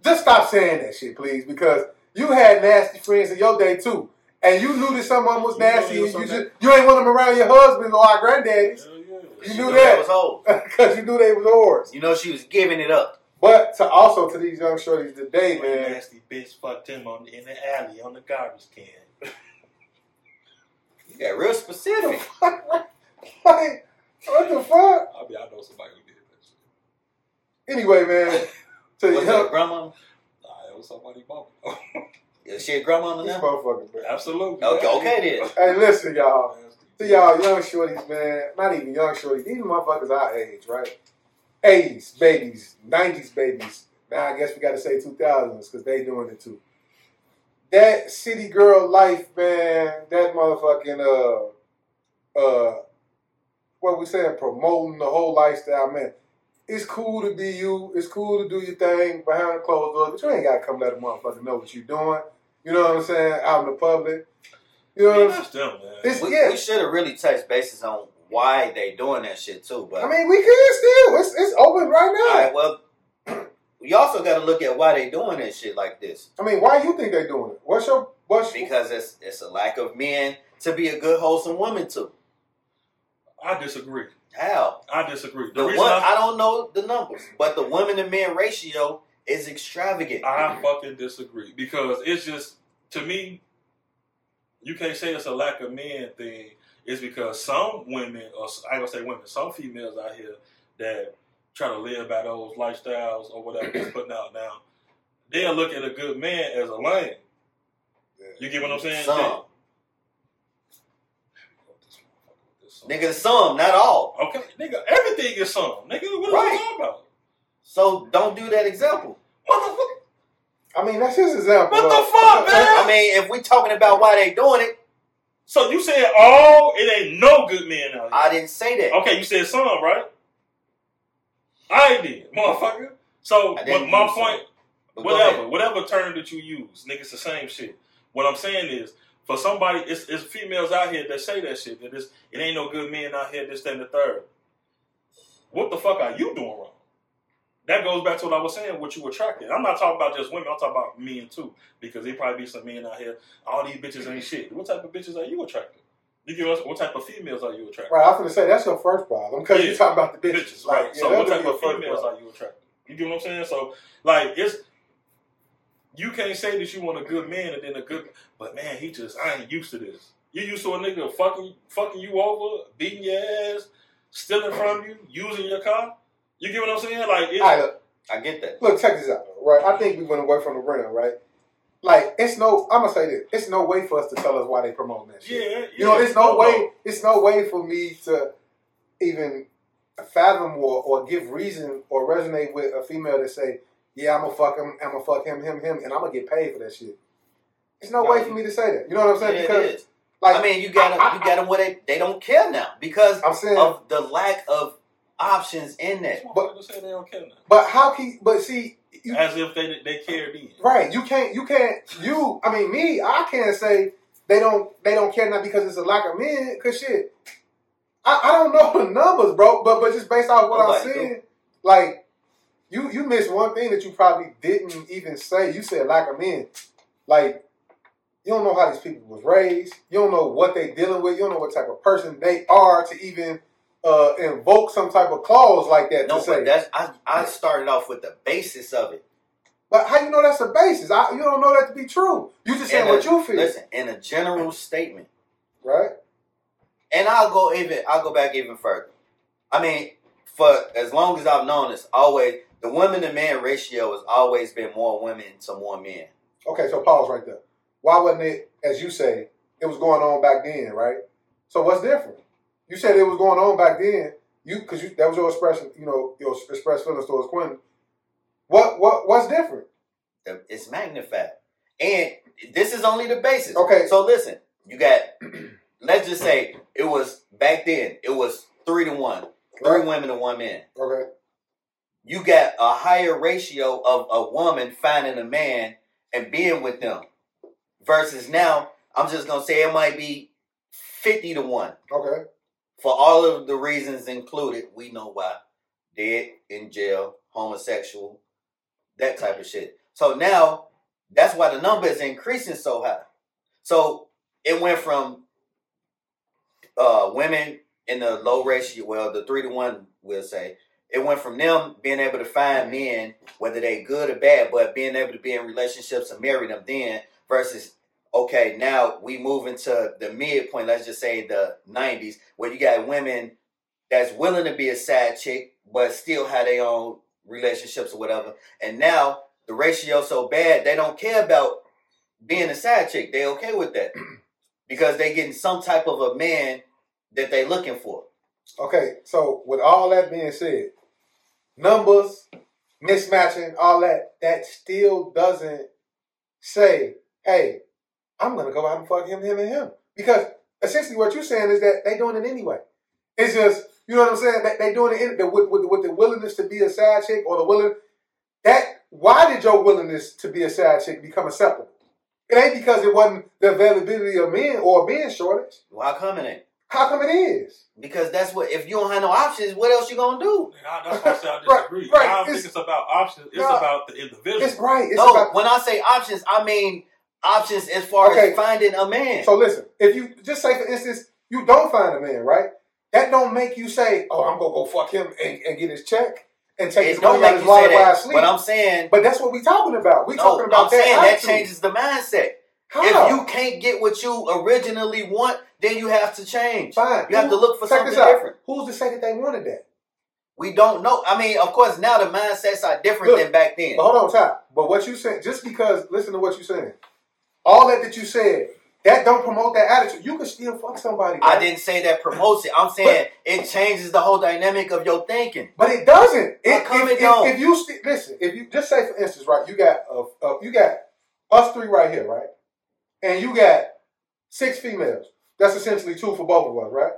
S2: just stop saying that shit, please, because you had nasty friends in your day too. And you knew that someone was
S5: You knew
S2: nasty,
S5: it
S2: and
S5: was
S2: you
S5: something.
S2: just you ain't want them around your husband or our granddaddies
S5: Hell yeah.
S2: You
S3: She
S2: knew
S3: knew
S2: that.
S3: was old.
S2: because you knew they was whores.
S3: You know she was giving it up.
S2: But to also to these young shorties today,
S5: One
S2: man,
S5: nasty bitch fucked him on in the alley on the garbage can.
S3: You got real specific.
S2: like what the fuck?
S5: I mean, I know somebody who did that shit.
S2: Anyway, man, to the
S3: Was it a
S2: young
S3: grandma?
S5: Nah, it was somebody bought.
S3: Is she a grandma
S2: this
S3: now?
S2: motherfucker, man.
S5: Absolutely.
S3: Okay,
S5: Yeah.
S3: okay then.
S2: Hey, listen, y'all.
S5: Nasty.
S2: To y'all young shorties, man, not even young shorties, even motherfuckers our age, right? 80s babies, 90s babies. Now I guess we got to say 2000s because they doing it too. That city girl life, man, that motherfucking, uh, uh, what we saying, promoting the whole lifestyle, man. It's cool to be you. It's cool to do your thing behind closed doors, but you ain't got to come let a motherfucker know what you doing. You know what I'm saying? Out in the public. You know what I'm saying?
S5: Yeah, that's them, man.
S2: This-
S3: We,
S2: Yeah.
S3: we should have really touched bases on why they doing that shit too. But
S2: I mean, we could still. It's, it's open right
S3: all
S2: now.
S3: right, well, we also got to look at why they doing that shit like this
S2: I mean, why you think they doing it? What's your what's
S3: because it's it's a lack of men to be a good wholesome woman to.
S5: I disagree.
S3: How
S5: I disagree. The,
S3: the one
S5: reason
S3: I
S5: I,
S3: don't know the numbers, but the women to men ratio is extravagant.
S5: I fucking disagree because it's just to me, you can't say it's a lack of men thing. It's because some women, or s- I ain't gonna say women, some females out here that try to live by those lifestyles or whatever they're putting out now, they'll look at a good man as a lame. You get what I'm saying?
S3: Some
S5: Nigga.
S3: nigga, some not all.
S5: Okay, nigga, everything is some. Nigga, what are
S3: Right.
S5: you talking about?
S3: So don't do that example.
S5: What the fuck?
S2: I mean, that's his example.
S5: What the
S2: of-
S5: fuck,
S3: I
S5: man?
S3: mean, if we talking about why they doing it,
S5: So you said all? It ain't no good men out here.
S3: I didn't say that.
S5: okay, you said some, right? I did, motherfucker. So
S3: I
S5: my,
S3: didn't
S5: my
S3: use some.
S5: point,
S3: But go
S5: whatever,
S3: ahead.
S5: whatever term that you use, nigga, it's the same shit. What I'm saying is, for somebody, it's, it's females out here that say that shit. That it's, it ain't no good men out here. This, that, and the third. What the fuck are you doing wrong? That goes back to what I was saying. What you attracted. I'm not talking about just women. I'm talking about men too, because there probably be some men out here. All these bitches ain't shit. What type of bitches are you attracted? You get what, what type of females are you attracted?
S2: Right, I was gonna say that's your first problem because
S5: Yeah.
S2: you're talking about the bitches,
S5: bitches, right?
S2: Like, yeah,
S5: so
S2: that
S5: what
S2: would
S5: type
S2: be your
S5: of
S2: first
S5: females
S2: problem.
S5: are you attracted? You get what I'm saying? So like it's you can't say that you want a good man and then a good but man, he just I ain't used to this. You used to a nigga fucking fucking you over, beating your ass, stealing from you, using your car. You get what I'm saying? Like it's
S2: All right, look,
S3: I get that.
S2: look, check this out, right? I think we went away from the realm, right? Like, it's no, I'm gonna say this, it's no way for us to tell us why they promote that shit.
S5: yeah, yeah,
S2: You know, it's no
S5: fuck
S2: way, it's no way for me to even fathom or, or give reason or resonate with a female to say, yeah, I'm gonna fuck him, I'm gonna fuck him, him, him, and I'm gonna get paid for that shit. It's no
S3: No,
S2: way
S3: you-
S2: for me to say that. You know what I'm
S3: Yeah,
S2: saying?
S3: it
S2: because,
S3: is.
S2: like,
S3: I mean, you got them. You got them where they, they don't care now because
S2: I'm saying,
S3: of the lack of options in that.
S5: That's why
S2: But-
S5: people say they don't care now.
S2: but how can, but see, you,
S5: As if they they cared then.
S2: Right. You can't. You can't. You. I mean, me. I can't say they don't. They don't care not because it's a lack of men. Cause shit, I, I don't know the numbers, bro. But but just based off what I'm
S3: Nobody do.
S2: seeing, like you you missed one thing that you probably didn't even say. You said lack of men. Like you don't know how these people was raised. You don't know what they dealing with. You don't know what type of person they are to even uh, invoke some type of clause like that
S3: No,
S2: to say.
S3: but that's I, I started off with the basis of it.
S2: but how you know that's the basis? I, you don't know that to be true. You just saying
S3: In a-
S2: what you feel.
S3: Listen, in a general statement,
S2: Right?
S3: and I'll go even I'll go back even further. I mean, for as long as I've known this, always the women to man ratio has always been more women to more men.
S2: Okay, so pause right there. Why wasn't it, as you say, it was going on back then, right? So what's different? You said it was going on back then. You because you that was your expression, you know, your expressed feelings towards Quentin. What what what's different?
S3: The- It's magnified, and this is only the basis.
S2: Okay.
S3: so listen, you got. Let's just say it was back then. It was three to one, three
S2: Right.
S3: women to one man.
S2: Okay,
S3: you got a higher ratio of a woman finding a man and being with them versus now i'm just gonna say it might be 50 to 1
S2: okay,
S3: for all of the reasons included we know why dead in jail homosexual that type of shit so now that's why the number is increasing so high so it went from uh, women in the low ratio well the three to one we'll say it went from them being able to find men whether they good or bad but being able to be in relationships and marry them then versus okay now we move into the midpoint let's just say the 90s where you got women that's willing to be a side chick but still have their own relationships or whatever and now the ratio so bad they don't care about being a side chick they okay with that because they getting some type of a man that they looking for
S2: okay. So with all that being said, numbers, mismatching, all that, that still doesn't say, hey, I'm gonna go out and fuck him, him, and him. Because essentially what you're saying is that they doing it anyway. It's just, you know what I'm saying? They, they doing it in, the, with, with, with the willingness to be a side chick or the willing that why did your willingness to be a side chick become acceptable? It ain't because it wasn't the availability of men or men shortage.
S3: why coming in
S2: How come it is?
S3: Because that's what if you don't have no options, what else you gonna do?
S5: And I, that's why I say I
S2: Right,
S5: disagree.
S2: right,
S5: I don't
S2: it's-
S5: think it's about options. It's
S2: Nah,
S5: about the individual.
S2: It's right. It's
S3: no,
S2: about
S3: when I say options, I mean options as far
S2: Okay.
S3: as finding a man.
S2: So listen, if you just say for instance, you don't find a man, right? That don't make you say, "Oh, I'm gonna go fuck him and, and get his check and take
S3: it
S2: his
S3: don't
S2: money out
S3: make you
S2: his
S3: say
S2: wallet while I
S3: that.
S2: sleep."
S3: But I'm saying,
S2: But that's what we talking about. We
S3: no,
S2: talking about
S3: I'm saying that
S2: attitude.
S3: changes the mindset.
S2: How?
S3: If you can't get what you originally want, then you have to change.
S2: Fine.
S3: You have to look for
S2: Check
S3: something
S2: this out.
S3: different.
S2: Who's to say that they wanted that?
S3: We don't know. I mean, of course, now the mindsets are different
S2: Look,
S3: than back then.
S2: But hold on, Ty. But what you said, just because, listen to what you saying. All that that you said, That don't promote that attitude. You can still fuck somebody.
S3: I
S2: right?
S3: didn't say that promotes it. I'm saying it changes the whole dynamic of your thinking.
S2: But it doesn't. It,
S3: How come
S2: if,
S3: it don't?
S2: If, if you st- listen, if you just say for instance, right, you got uh, uh, you got us three right here, right, and you got six females. That's essentially two for both of us, right?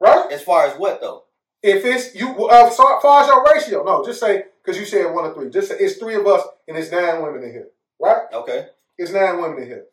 S2: Right.
S3: As far as what though?
S2: If it's you, uh, as far as far as your ratio, no, just say because you said one or three. Just say it's three of us and it's nine women in here, right?
S3: Okay.
S2: It's nine women in here.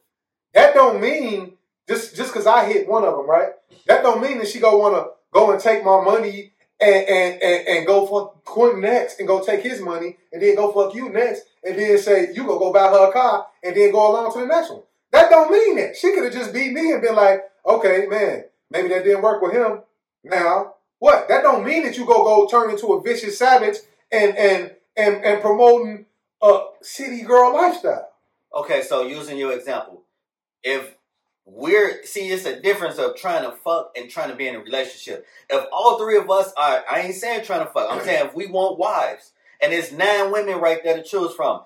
S2: That don't mean just just because I hit one of them, right? That don't mean that she go want to go and take my money and and and, and go fuck Quentin next and go take his money and then go fuck you next and then say you gonna go buy her a car and then go along to the next one. That don't mean that she could have just beat me and been like, okay, man, maybe that didn't work with him. Now what? That don't mean that you go go turn into a vicious savage and and and and promoting a city girl lifestyle.
S3: Okay, so using your example, if we're see, it's a difference of trying to fuck and trying to be in a relationship. If all three of us are, I ain't saying trying to fuck. I'm saying if we want wives, and there's nine women right there to choose from,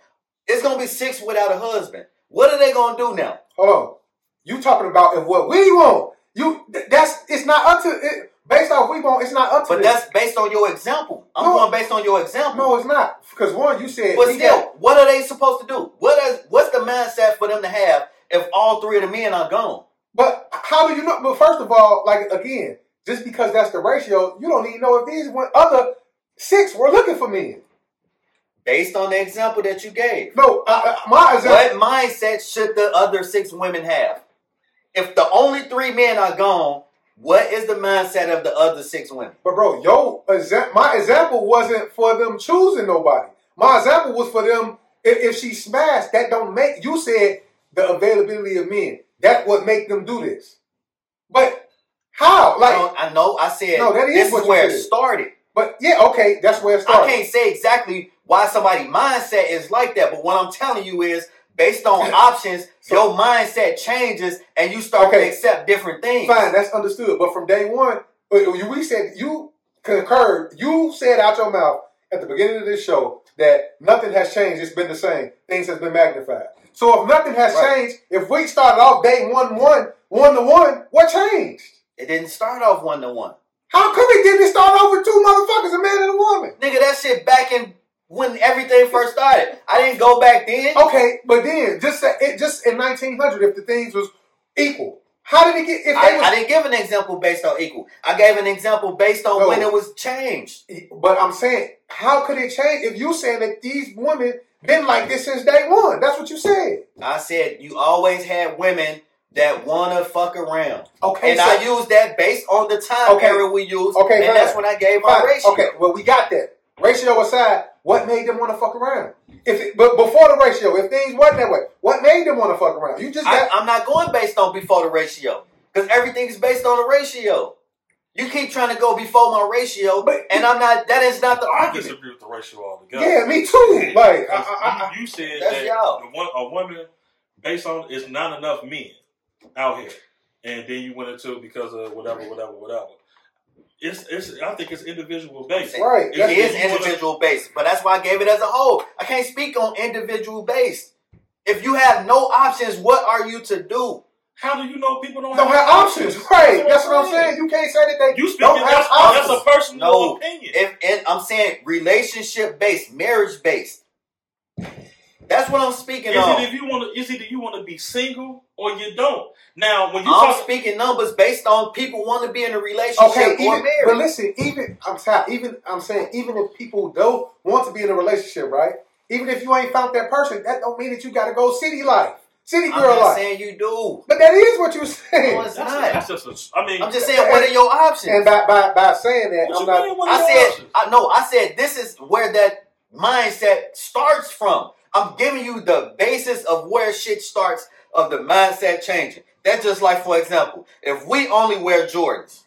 S3: it's gonna be six without a husband. What are they gonna do now?
S2: Hold on. You talking about if what we want? You th- that's it's not up to it, based off we want. It's not up to.
S3: But
S2: this.
S3: that's based on your example. I'm
S2: No.
S3: going based on your example.
S2: no, it's not because one you said.
S3: But
S2: he
S3: still,
S2: got-
S3: what are they supposed to do? What is what's the mindset for them to have if all three of the men are gone?
S2: but how do you know? But first of all, like again, just because that's the ratio, you don't even know if these one other six were looking for men.
S3: Based on the example that you gave,
S2: No, I, I, my
S3: what
S2: example.
S3: mindset should the other six women have? If the only three men are gone, what is the mindset of the other six women?
S2: But bro, yo, exa- my example wasn't for them choosing nobody. My example was for them. If, if she smashed, that don't make you said the availability of men. That would make them do this. But how?
S3: I,
S2: Like,
S3: don't, I know I said
S2: No, that is
S3: this
S2: what
S3: is
S2: you
S3: where it
S2: said.
S3: started.
S2: but yeah, okay, that's where it
S3: I
S2: started.
S3: can't say exactly why somebody mindset is like that, but what I'm telling you is based on options, your mindset changes and you start
S2: Okay.
S3: to accept different things.
S2: Fine, that's understood. But from day one, uh, you- we said you concurred. You said out your mouth at the beginning of this show that nothing has changed. It's been the same. Things has been magnified. So if nothing has
S3: Right.
S2: changed, if we started off day one, one, one to one, what changed?
S3: It didn't start off one to one.
S2: How come it didn't start off with two motherfuckers, a man and a woman?
S3: Nigga, that shit back in when everything first started. I didn't go back then.
S2: Okay, but then just say- it, just in 1900, if the things was equal, how did it get? If they
S3: I,
S2: was,
S3: I didn't give an example based on equal. I gave an example based on
S2: No.
S3: when it was changed.
S2: But I'm saying, how could it change if you saying that these women been like this since day one? That's what you said.
S3: I said you always had women that wanna fuck around.
S2: Okay,
S3: and
S2: so-
S3: I used that based on the time
S2: Okay.
S3: period we used.
S2: Okay,
S3: and
S2: fine.
S3: that's when I gave my
S2: Fine.
S3: ratio.
S2: Okay, well we got that. Ratio aside, what made them want to fuck around? If it, but before the ratio, if things wasn't that way, what made them want to fuck around? You just
S3: I,
S2: got
S3: I'm not going based on before the ratio because everything is based on the ratio. You keep trying to go before my ratio,
S2: But-
S3: and I'm not. That is not the
S5: I
S3: argument.
S5: disagree with the ratio altogether.
S2: yeah, me too. Like I,
S5: Because
S2: I, I,
S5: you, you said
S3: That's
S5: that
S3: y'all.
S5: the one, a woman based on is not enough men out here, and then you went into it because of whatever, whatever, whatever. It's, it's. I think it's individual based.
S2: Right.
S5: It's-
S2: That's-
S3: It is
S5: you wanna-
S3: individual based, but that's why I gave it as a whole. I can't speak on individual based. If you have no options, what are you to do?
S5: How do you know people don't,
S2: don't have options, right? That's what I'm
S5: saying.
S2: saying. You can't say that they
S5: You speaking
S2: don't have
S5: that's, that's
S2: options.
S5: a personal
S3: No.
S5: opinion.
S3: If and I'm saying relationship based, marriage based. That's what I'm speaking
S5: is
S3: on.
S5: it if you want to? Is it that you want to be single or you don't? Now, when you
S3: I'm
S5: talk,
S3: speaking numbers based on people want to be in a relationship
S2: Okay,
S3: or
S2: even,
S3: married.
S2: but listen, even I'm sorry, even I'm saying, even if people don't want to be in a relationship, right? Even if you ain't found that person, that don't mean that you got to go city life, city
S3: I'm
S2: girl
S3: not
S2: life.
S3: saying you do.
S2: But that is what you're
S3: No,
S2: saying.
S3: it's
S5: that's,
S3: not.
S5: that's just. A, I mean,
S3: I'm just saying, what are your options?
S2: And by, by by saying that,
S5: what
S2: I'm
S5: you
S2: not.
S5: mean, what are
S3: I
S5: your
S3: said,
S5: options?
S3: I no, I said this is where that mindset starts from. I'm giving you the basis of where shit starts of the mindset changing. That's just like, for example, if we only wear Jordans,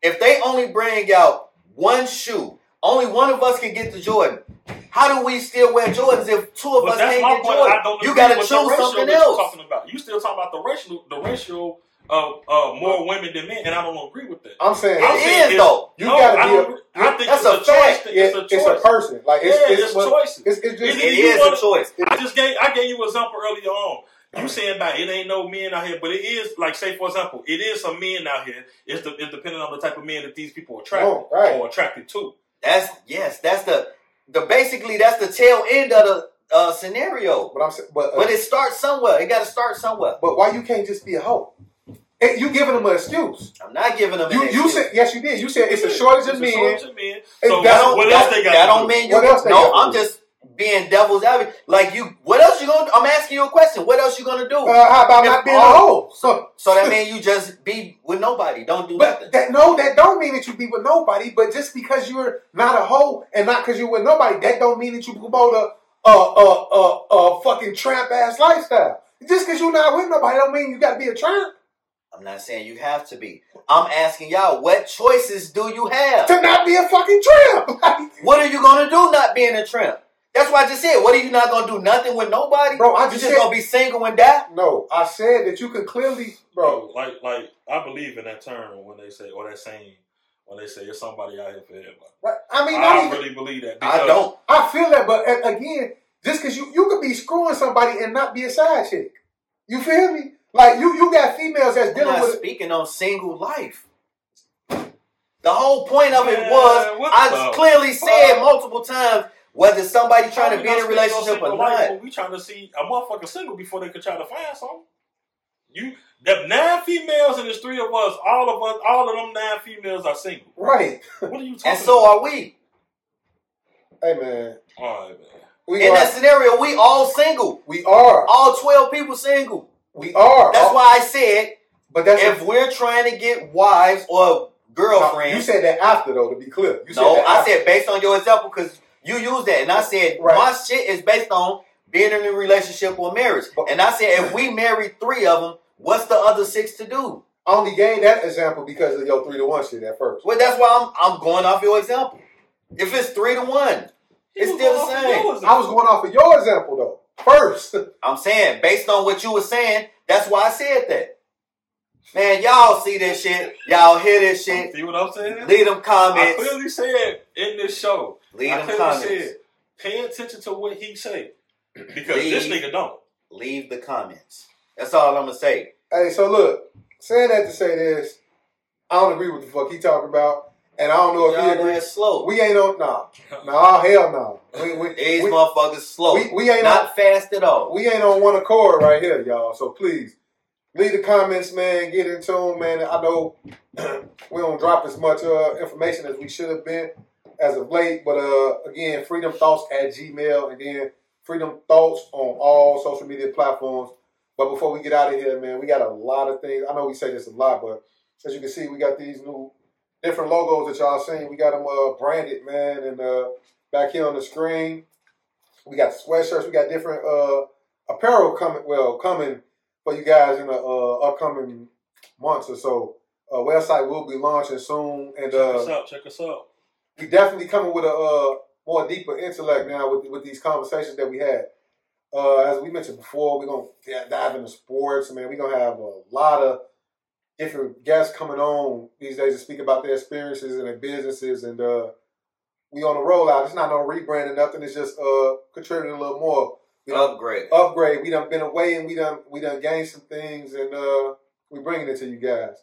S3: if they only bring out one shoe, only one of us can get the Jordan. How do we still wear Jordans if two of
S5: But
S3: us
S5: that's
S3: can't
S5: my
S3: get
S5: point. I
S3: Jordan?
S5: don't
S3: You
S5: got to
S3: gotta choose something
S5: You're
S3: else.
S5: talking about. You still talking about the ratio, the ratio of uh, more women than men, and I don't agree with that.
S2: I'm saying
S5: I'm
S3: It
S5: saying
S3: is,
S5: it's-
S3: though.
S2: you
S5: no,
S2: gotta
S5: I,
S2: be
S5: don't
S2: a-
S5: agree. I think
S3: that's
S5: it's
S3: a
S5: a, choice.
S3: fact.
S5: thing.
S2: it-
S5: It's a
S2: it's,
S5: choice.
S2: a person. Like it's
S5: yeah,
S2: it's,
S5: it's,
S2: what-
S5: choices.
S2: it's, it's just
S5: It
S3: It
S5: You
S3: is
S5: wanna-
S3: a choice.
S5: I just gave I gave you an example earlier on. You saying about it ain't no men out here, but it is like say for example, it is some men out here. It's, the, it's depending on the type of men that these people are attracted
S2: Oh, right.
S5: or attracted to.
S3: That's yes. That's the the basically that's the tail end of the uh, scenario.
S2: but I'm sa- but uh,
S3: But it starts somewhere. It got to start somewhere.
S2: but why you can't just be a hoe? And you giving them an excuse.
S3: I'm not giving them. an
S2: You you
S3: excuse.
S2: said yes you did. You said it's a shortage of
S5: It's a
S2: men.
S5: shortage of men.
S2: It
S5: So
S2: don't-
S5: what
S3: that,
S5: else they got?
S3: That
S5: to
S3: don't
S5: do?
S3: mean you.
S2: What else they
S3: no,
S2: gotta
S3: I'm
S2: do?
S3: just being devil's advocate. Like you, what else you gonna? I'm asking you a question. What else you gonna do?
S2: Uh, how about
S3: If
S2: not being a
S3: all-
S2: hoe? So,
S3: so that means you just be with nobody. Don't do nothing.
S2: but that no, that don't mean that you be with nobody. But just because you're not a hoe and not because you with nobody, that don't mean that you promote a a a a, a fucking tramp ass lifestyle. Just because you're not with nobody, don't mean you got to be a tramp.
S3: I'm not saying you have to be. I'm asking y'all, what choices do you have?
S2: to not be a fucking tramp. Like,
S3: What are you gonna do not being a tramp? That's why I just said. What are you not gonna do? Nothing with nobody.
S2: Bro, I
S3: you
S2: just
S3: just
S2: said-
S3: gonna be single and die.
S2: no, I said that you could clearly, bro.
S5: like like I believe in that term when they say or that saying when they say it's somebody out here for everybody.
S2: right? I mean, not
S5: I
S2: even,
S5: really believe that.
S3: I
S5: because-
S3: don't.
S2: I feel that, but a- again, just because you you could be screwing somebody and not be a side chick. You feel me? Like you you got females that's
S3: I'm
S2: dealing
S3: not
S2: with.
S3: speaking on single life. The whole point of it
S5: Man,
S3: was
S5: what
S3: I
S5: the
S3: clearly
S5: fuck?
S3: said multiple times whether somebody trying to be in a
S5: How we not speaking
S3: relationship
S5: on
S3: or
S5: single life
S3: not.
S5: when We trying to see a motherfucker single before they could try to find something. You, the nine females and there's three of us. All of us, all of them nine females are single.
S2: Right.
S5: What are you talking?
S3: And so are we.
S2: Hey man,
S5: about? All right, man.
S2: we
S3: In
S2: are.
S3: that scenario, we all single.
S2: We are.
S3: All 12 people single.
S2: We are. Oh,
S3: That's why I said
S2: But that's
S3: if we're trying to get wives or
S2: You
S3: girlfriends.
S2: said that after though, to be clear. You
S3: no,
S2: said that
S3: I
S2: after.
S3: said based on your example because you used that. And I said
S2: Right.
S3: my shit is based on being in a relationship or marriage.
S2: But-
S3: And I said if we marry three of them, what's the other six to do?
S2: I only gave that example because of your three to one shit at first.
S3: Well, that's why I'm I'm going off your example. If it's three to one,
S5: He
S3: It's
S5: was
S3: still
S5: going
S3: the
S5: off
S3: same.
S5: of yours.
S2: I was going off of your example though. First.
S3: I'm saying based on what you were saying, that's why I said that. Man, y'all see this shit, y'all hear this shit.
S5: See what I'm saying?
S3: Leave them
S5: I
S3: comments.
S5: clearly said in this show.
S3: Leave
S5: I
S3: them
S5: clearly
S3: comments.
S5: said, pay attention to what he say because this
S3: Leave.
S5: nigga don't.
S3: Leave the comments. That's all I'm gonna say.
S2: Hey, so look, saying that to say this, I don't agree with the fuck he talking about, and I don't know if he
S3: Y'all
S2: agrees.
S3: is slow.
S2: We ain't on nah, nah, hell no. We
S3: These
S2: we, we,
S3: motherfuckers slow.
S2: we, we ain't on
S3: Not fast at all.
S2: we ain't on one accord right here, y'all. So please leave the comments, man. Get in tune, man. I know we don't drop as much uh, information as we should have been as of late, but uh, again, freedom thoughts at Gmail, and then freedom thoughts on all social media platforms. But before we get out of here, man, we got a lot of things. I know we say this a lot, but as you can see, we got these new different logos that y'all seen. We got them uh, branded, man, and uh, back here on the screen, we got sweatshirts. We got different uh, apparel coming. Well, coming for you guys in the uh, upcoming months or so. Uh, website will be launching soon, and
S5: Check
S2: uh,
S5: us out. Check us out.
S2: we definitely coming with a uh, more deeper intellect now with, with these conversations that we had. Uh, as we mentioned before, we're gonna d- dive into sports. Man, we're gonna have a lot of different guests coming on these days to speak about their experiences and their businesses. And uh, we on a rollout. It's not no rebrand or nothing. It's just uh, contributing a little more. We done
S3: Upgrade.
S2: upgrade. We done been away and we done we done gained some things, and uh, we bringing it to you guys.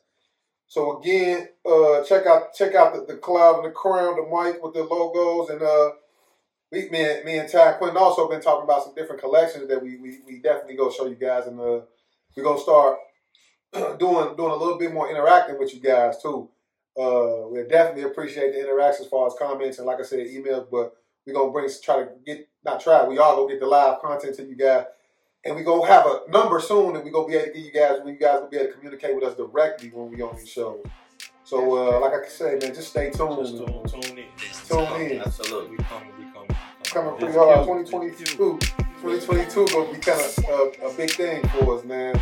S2: So again, uh, check out check out the, the cloud and the crown, the mic with the logos, and uh, we me and, me and Ty Quentin also been talking about some different collections that we we, we definitely go show you guys, and uh, we're gonna start doing doing a little bit more interacting with you guys too. Uh, we definitely appreciate the interaction as far as comments and like I said, emails. But we're gonna bring try to get not try. We all gonna get the live content to you guys, and we gonna have a number soon, and we gonna be able to give you guys. You guys will be able to communicate with us directly when we on these shows. So uh, like I said, man, just stay tuned.
S5: Just tune, tune in.
S2: Tune in.
S3: Absolutely.
S5: We coming. We coming.
S2: Coming pretty
S5: It's
S2: hard. 2022,
S5: cute.
S2: 2022 gonna be kind of a, a big thing for us, man.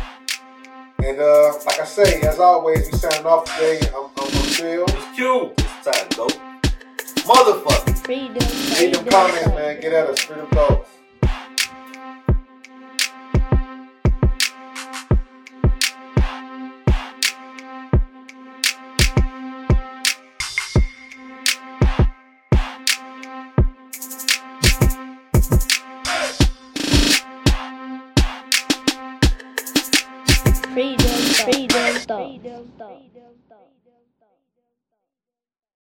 S2: And uh, like I say, as always, we signing off today. I'm, I'm Phil.
S5: It's cute.
S3: Time to go. Motherfucker.
S1: Freedom.
S2: Leave them comments, man. Get at us. Freedom thoughts.
S1: freedom, freedom, freedom, freedom, freedom.